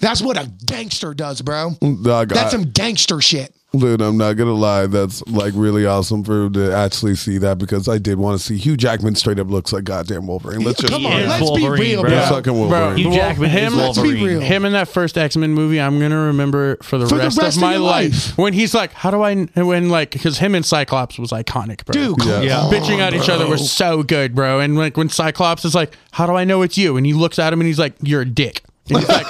That's what a gangster does, bro. Dog, That's I- some gangster shit. Dude, I'm not gonna lie. That's like really awesome for to actually see that because I did want to see Hugh Jackman straight up looks like goddamn Wolverine. Let's just Come He on, is let's Wolverine, be real, bro. bro. He's fucking Wolverine. Hugh Jackman him- is let's be Wolverine. real. Him in that first X Men movie, I'm gonna remember for the, For the rest, rest of of my your life. life. When he's like, "How do I?" kn- When like, because him and Cyclops was iconic, bro. Dude, come Yeah. on, bitching at each other was so Oh, good, bro. And like when Cyclops is like, "How do I know it's you?" and he looks at him and he's like, "You're a dick." And he's like,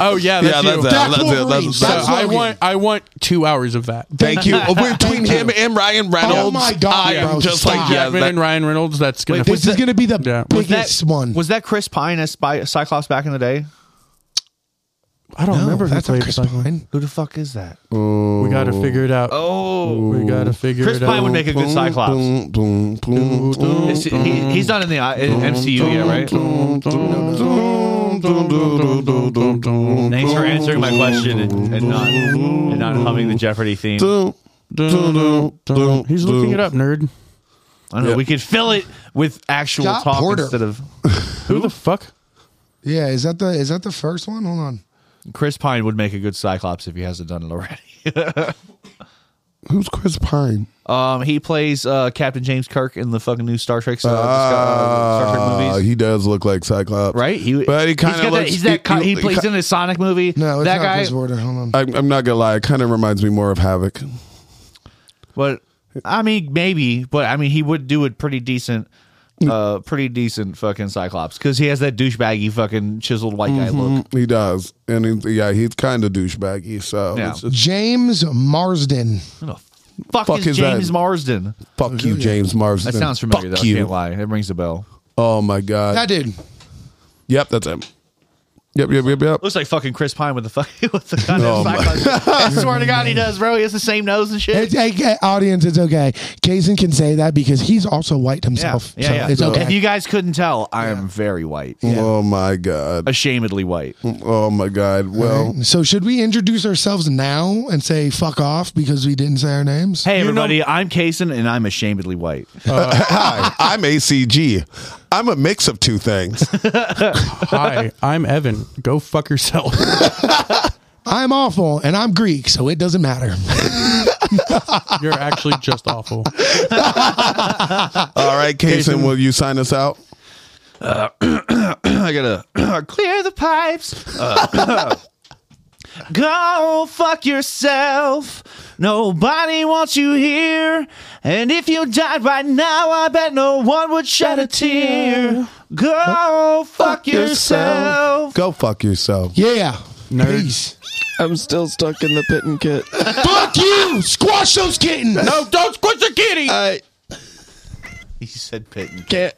"Oh yeah, yeah, that's you." that's it. That's That's it. That's, Wolverine. that's, So That's I Logan. want, I want two hours of that. Thank you. Between him and Ryan Reynolds, Oh my God, I am bro, just stop. like yeah. Jackman that- and Ryan Reynolds. That's gonna. This is that- going to be the Yeah. Was Was that- biggest one. Was that Chris Pine as Spy- Cyclops back in the day? I don't remember who that's not played Chris Cyclops. Pine. Who the fuck is that? We gotta figure it out. Oh, We gotta figure Chris it out. Pine would make a good Cyclops. Boom, boom, boom, boom, Is he- he- he's not in the I- MCU yet, right? Thanks for answering my question and, and not and not humming the Jeopardy theme. I boom. dun, He's looking it up, nerd. don't know. We could fill it with actual Scott talk Porter. instead of Who the fuck? yeah, is that the is that the first one? Hold on. Chris Pine would make a good Cyclops if he hasn't done it already. Who's Chris Pine? um, he plays uh, Captain James Kirk in the fucking new Star Trek, uh, Star Trek Ah, movies. he does look like Cyclops, Right, he, but he he's got kind of that, looks. he's that. co- he- He, he plays ki- in a Sonic movie. No, it's that not guy. Chris Porter. Hold on. I'm, I'm not gonna lie. It kind of reminds me more of Havoc. But I mean, maybe. But I mean, he would do it pretty decent. Uh, pretty decent fucking Cyclops because he has that douchebaggy fucking chiseled white guy look. He does, and he, yeah, he's kind of douchebaggy. So Yeah. it's just, James Marsden. Who the fuck, Fuck is, is that? James Marsden? fuck you, James Marsden. That sounds Fuck familiar though. I you. can't lie. It rings a bell. Oh my god. That dude. yep, that's him. Yep, yep, yep, yep. Looks like fucking Chris Pine with the fucking with the kind Oh of Cyclops. I swear to God, he does, bro. He has the same nose and shit. It's, hey, hey, audience, it's okay. Kazan can say that because he's also white himself. yeah, so yeah. it's okay. If you guys couldn't tell, I am very white, Oh my god. ashamedly white. Oh my god. Well, so should we introduce ourselves now and say fuck off because we didn't say our names? Hey everybody, I'm Kason and I'm ashamedly white. hi, I'm ACG. I'm a mix of two things. Hi, I'm Evan. Go fuck yourself. I'm awful and I'm Greek, so it doesn't matter. You're actually just awful. All right, Kason, will you sign us out? I gotta clear the pipes. Uh, Go fuck yourself. Nobody wants you here. And if you died right now, I bet no one would shed a tear. Go fuck yourself. Go fuck yourself. Yeah. Nerd. Peace. I'm still stuck in the pit and kit. fuck you! Squash those kittens! No, don't squish the kitty. I He said pit. can't.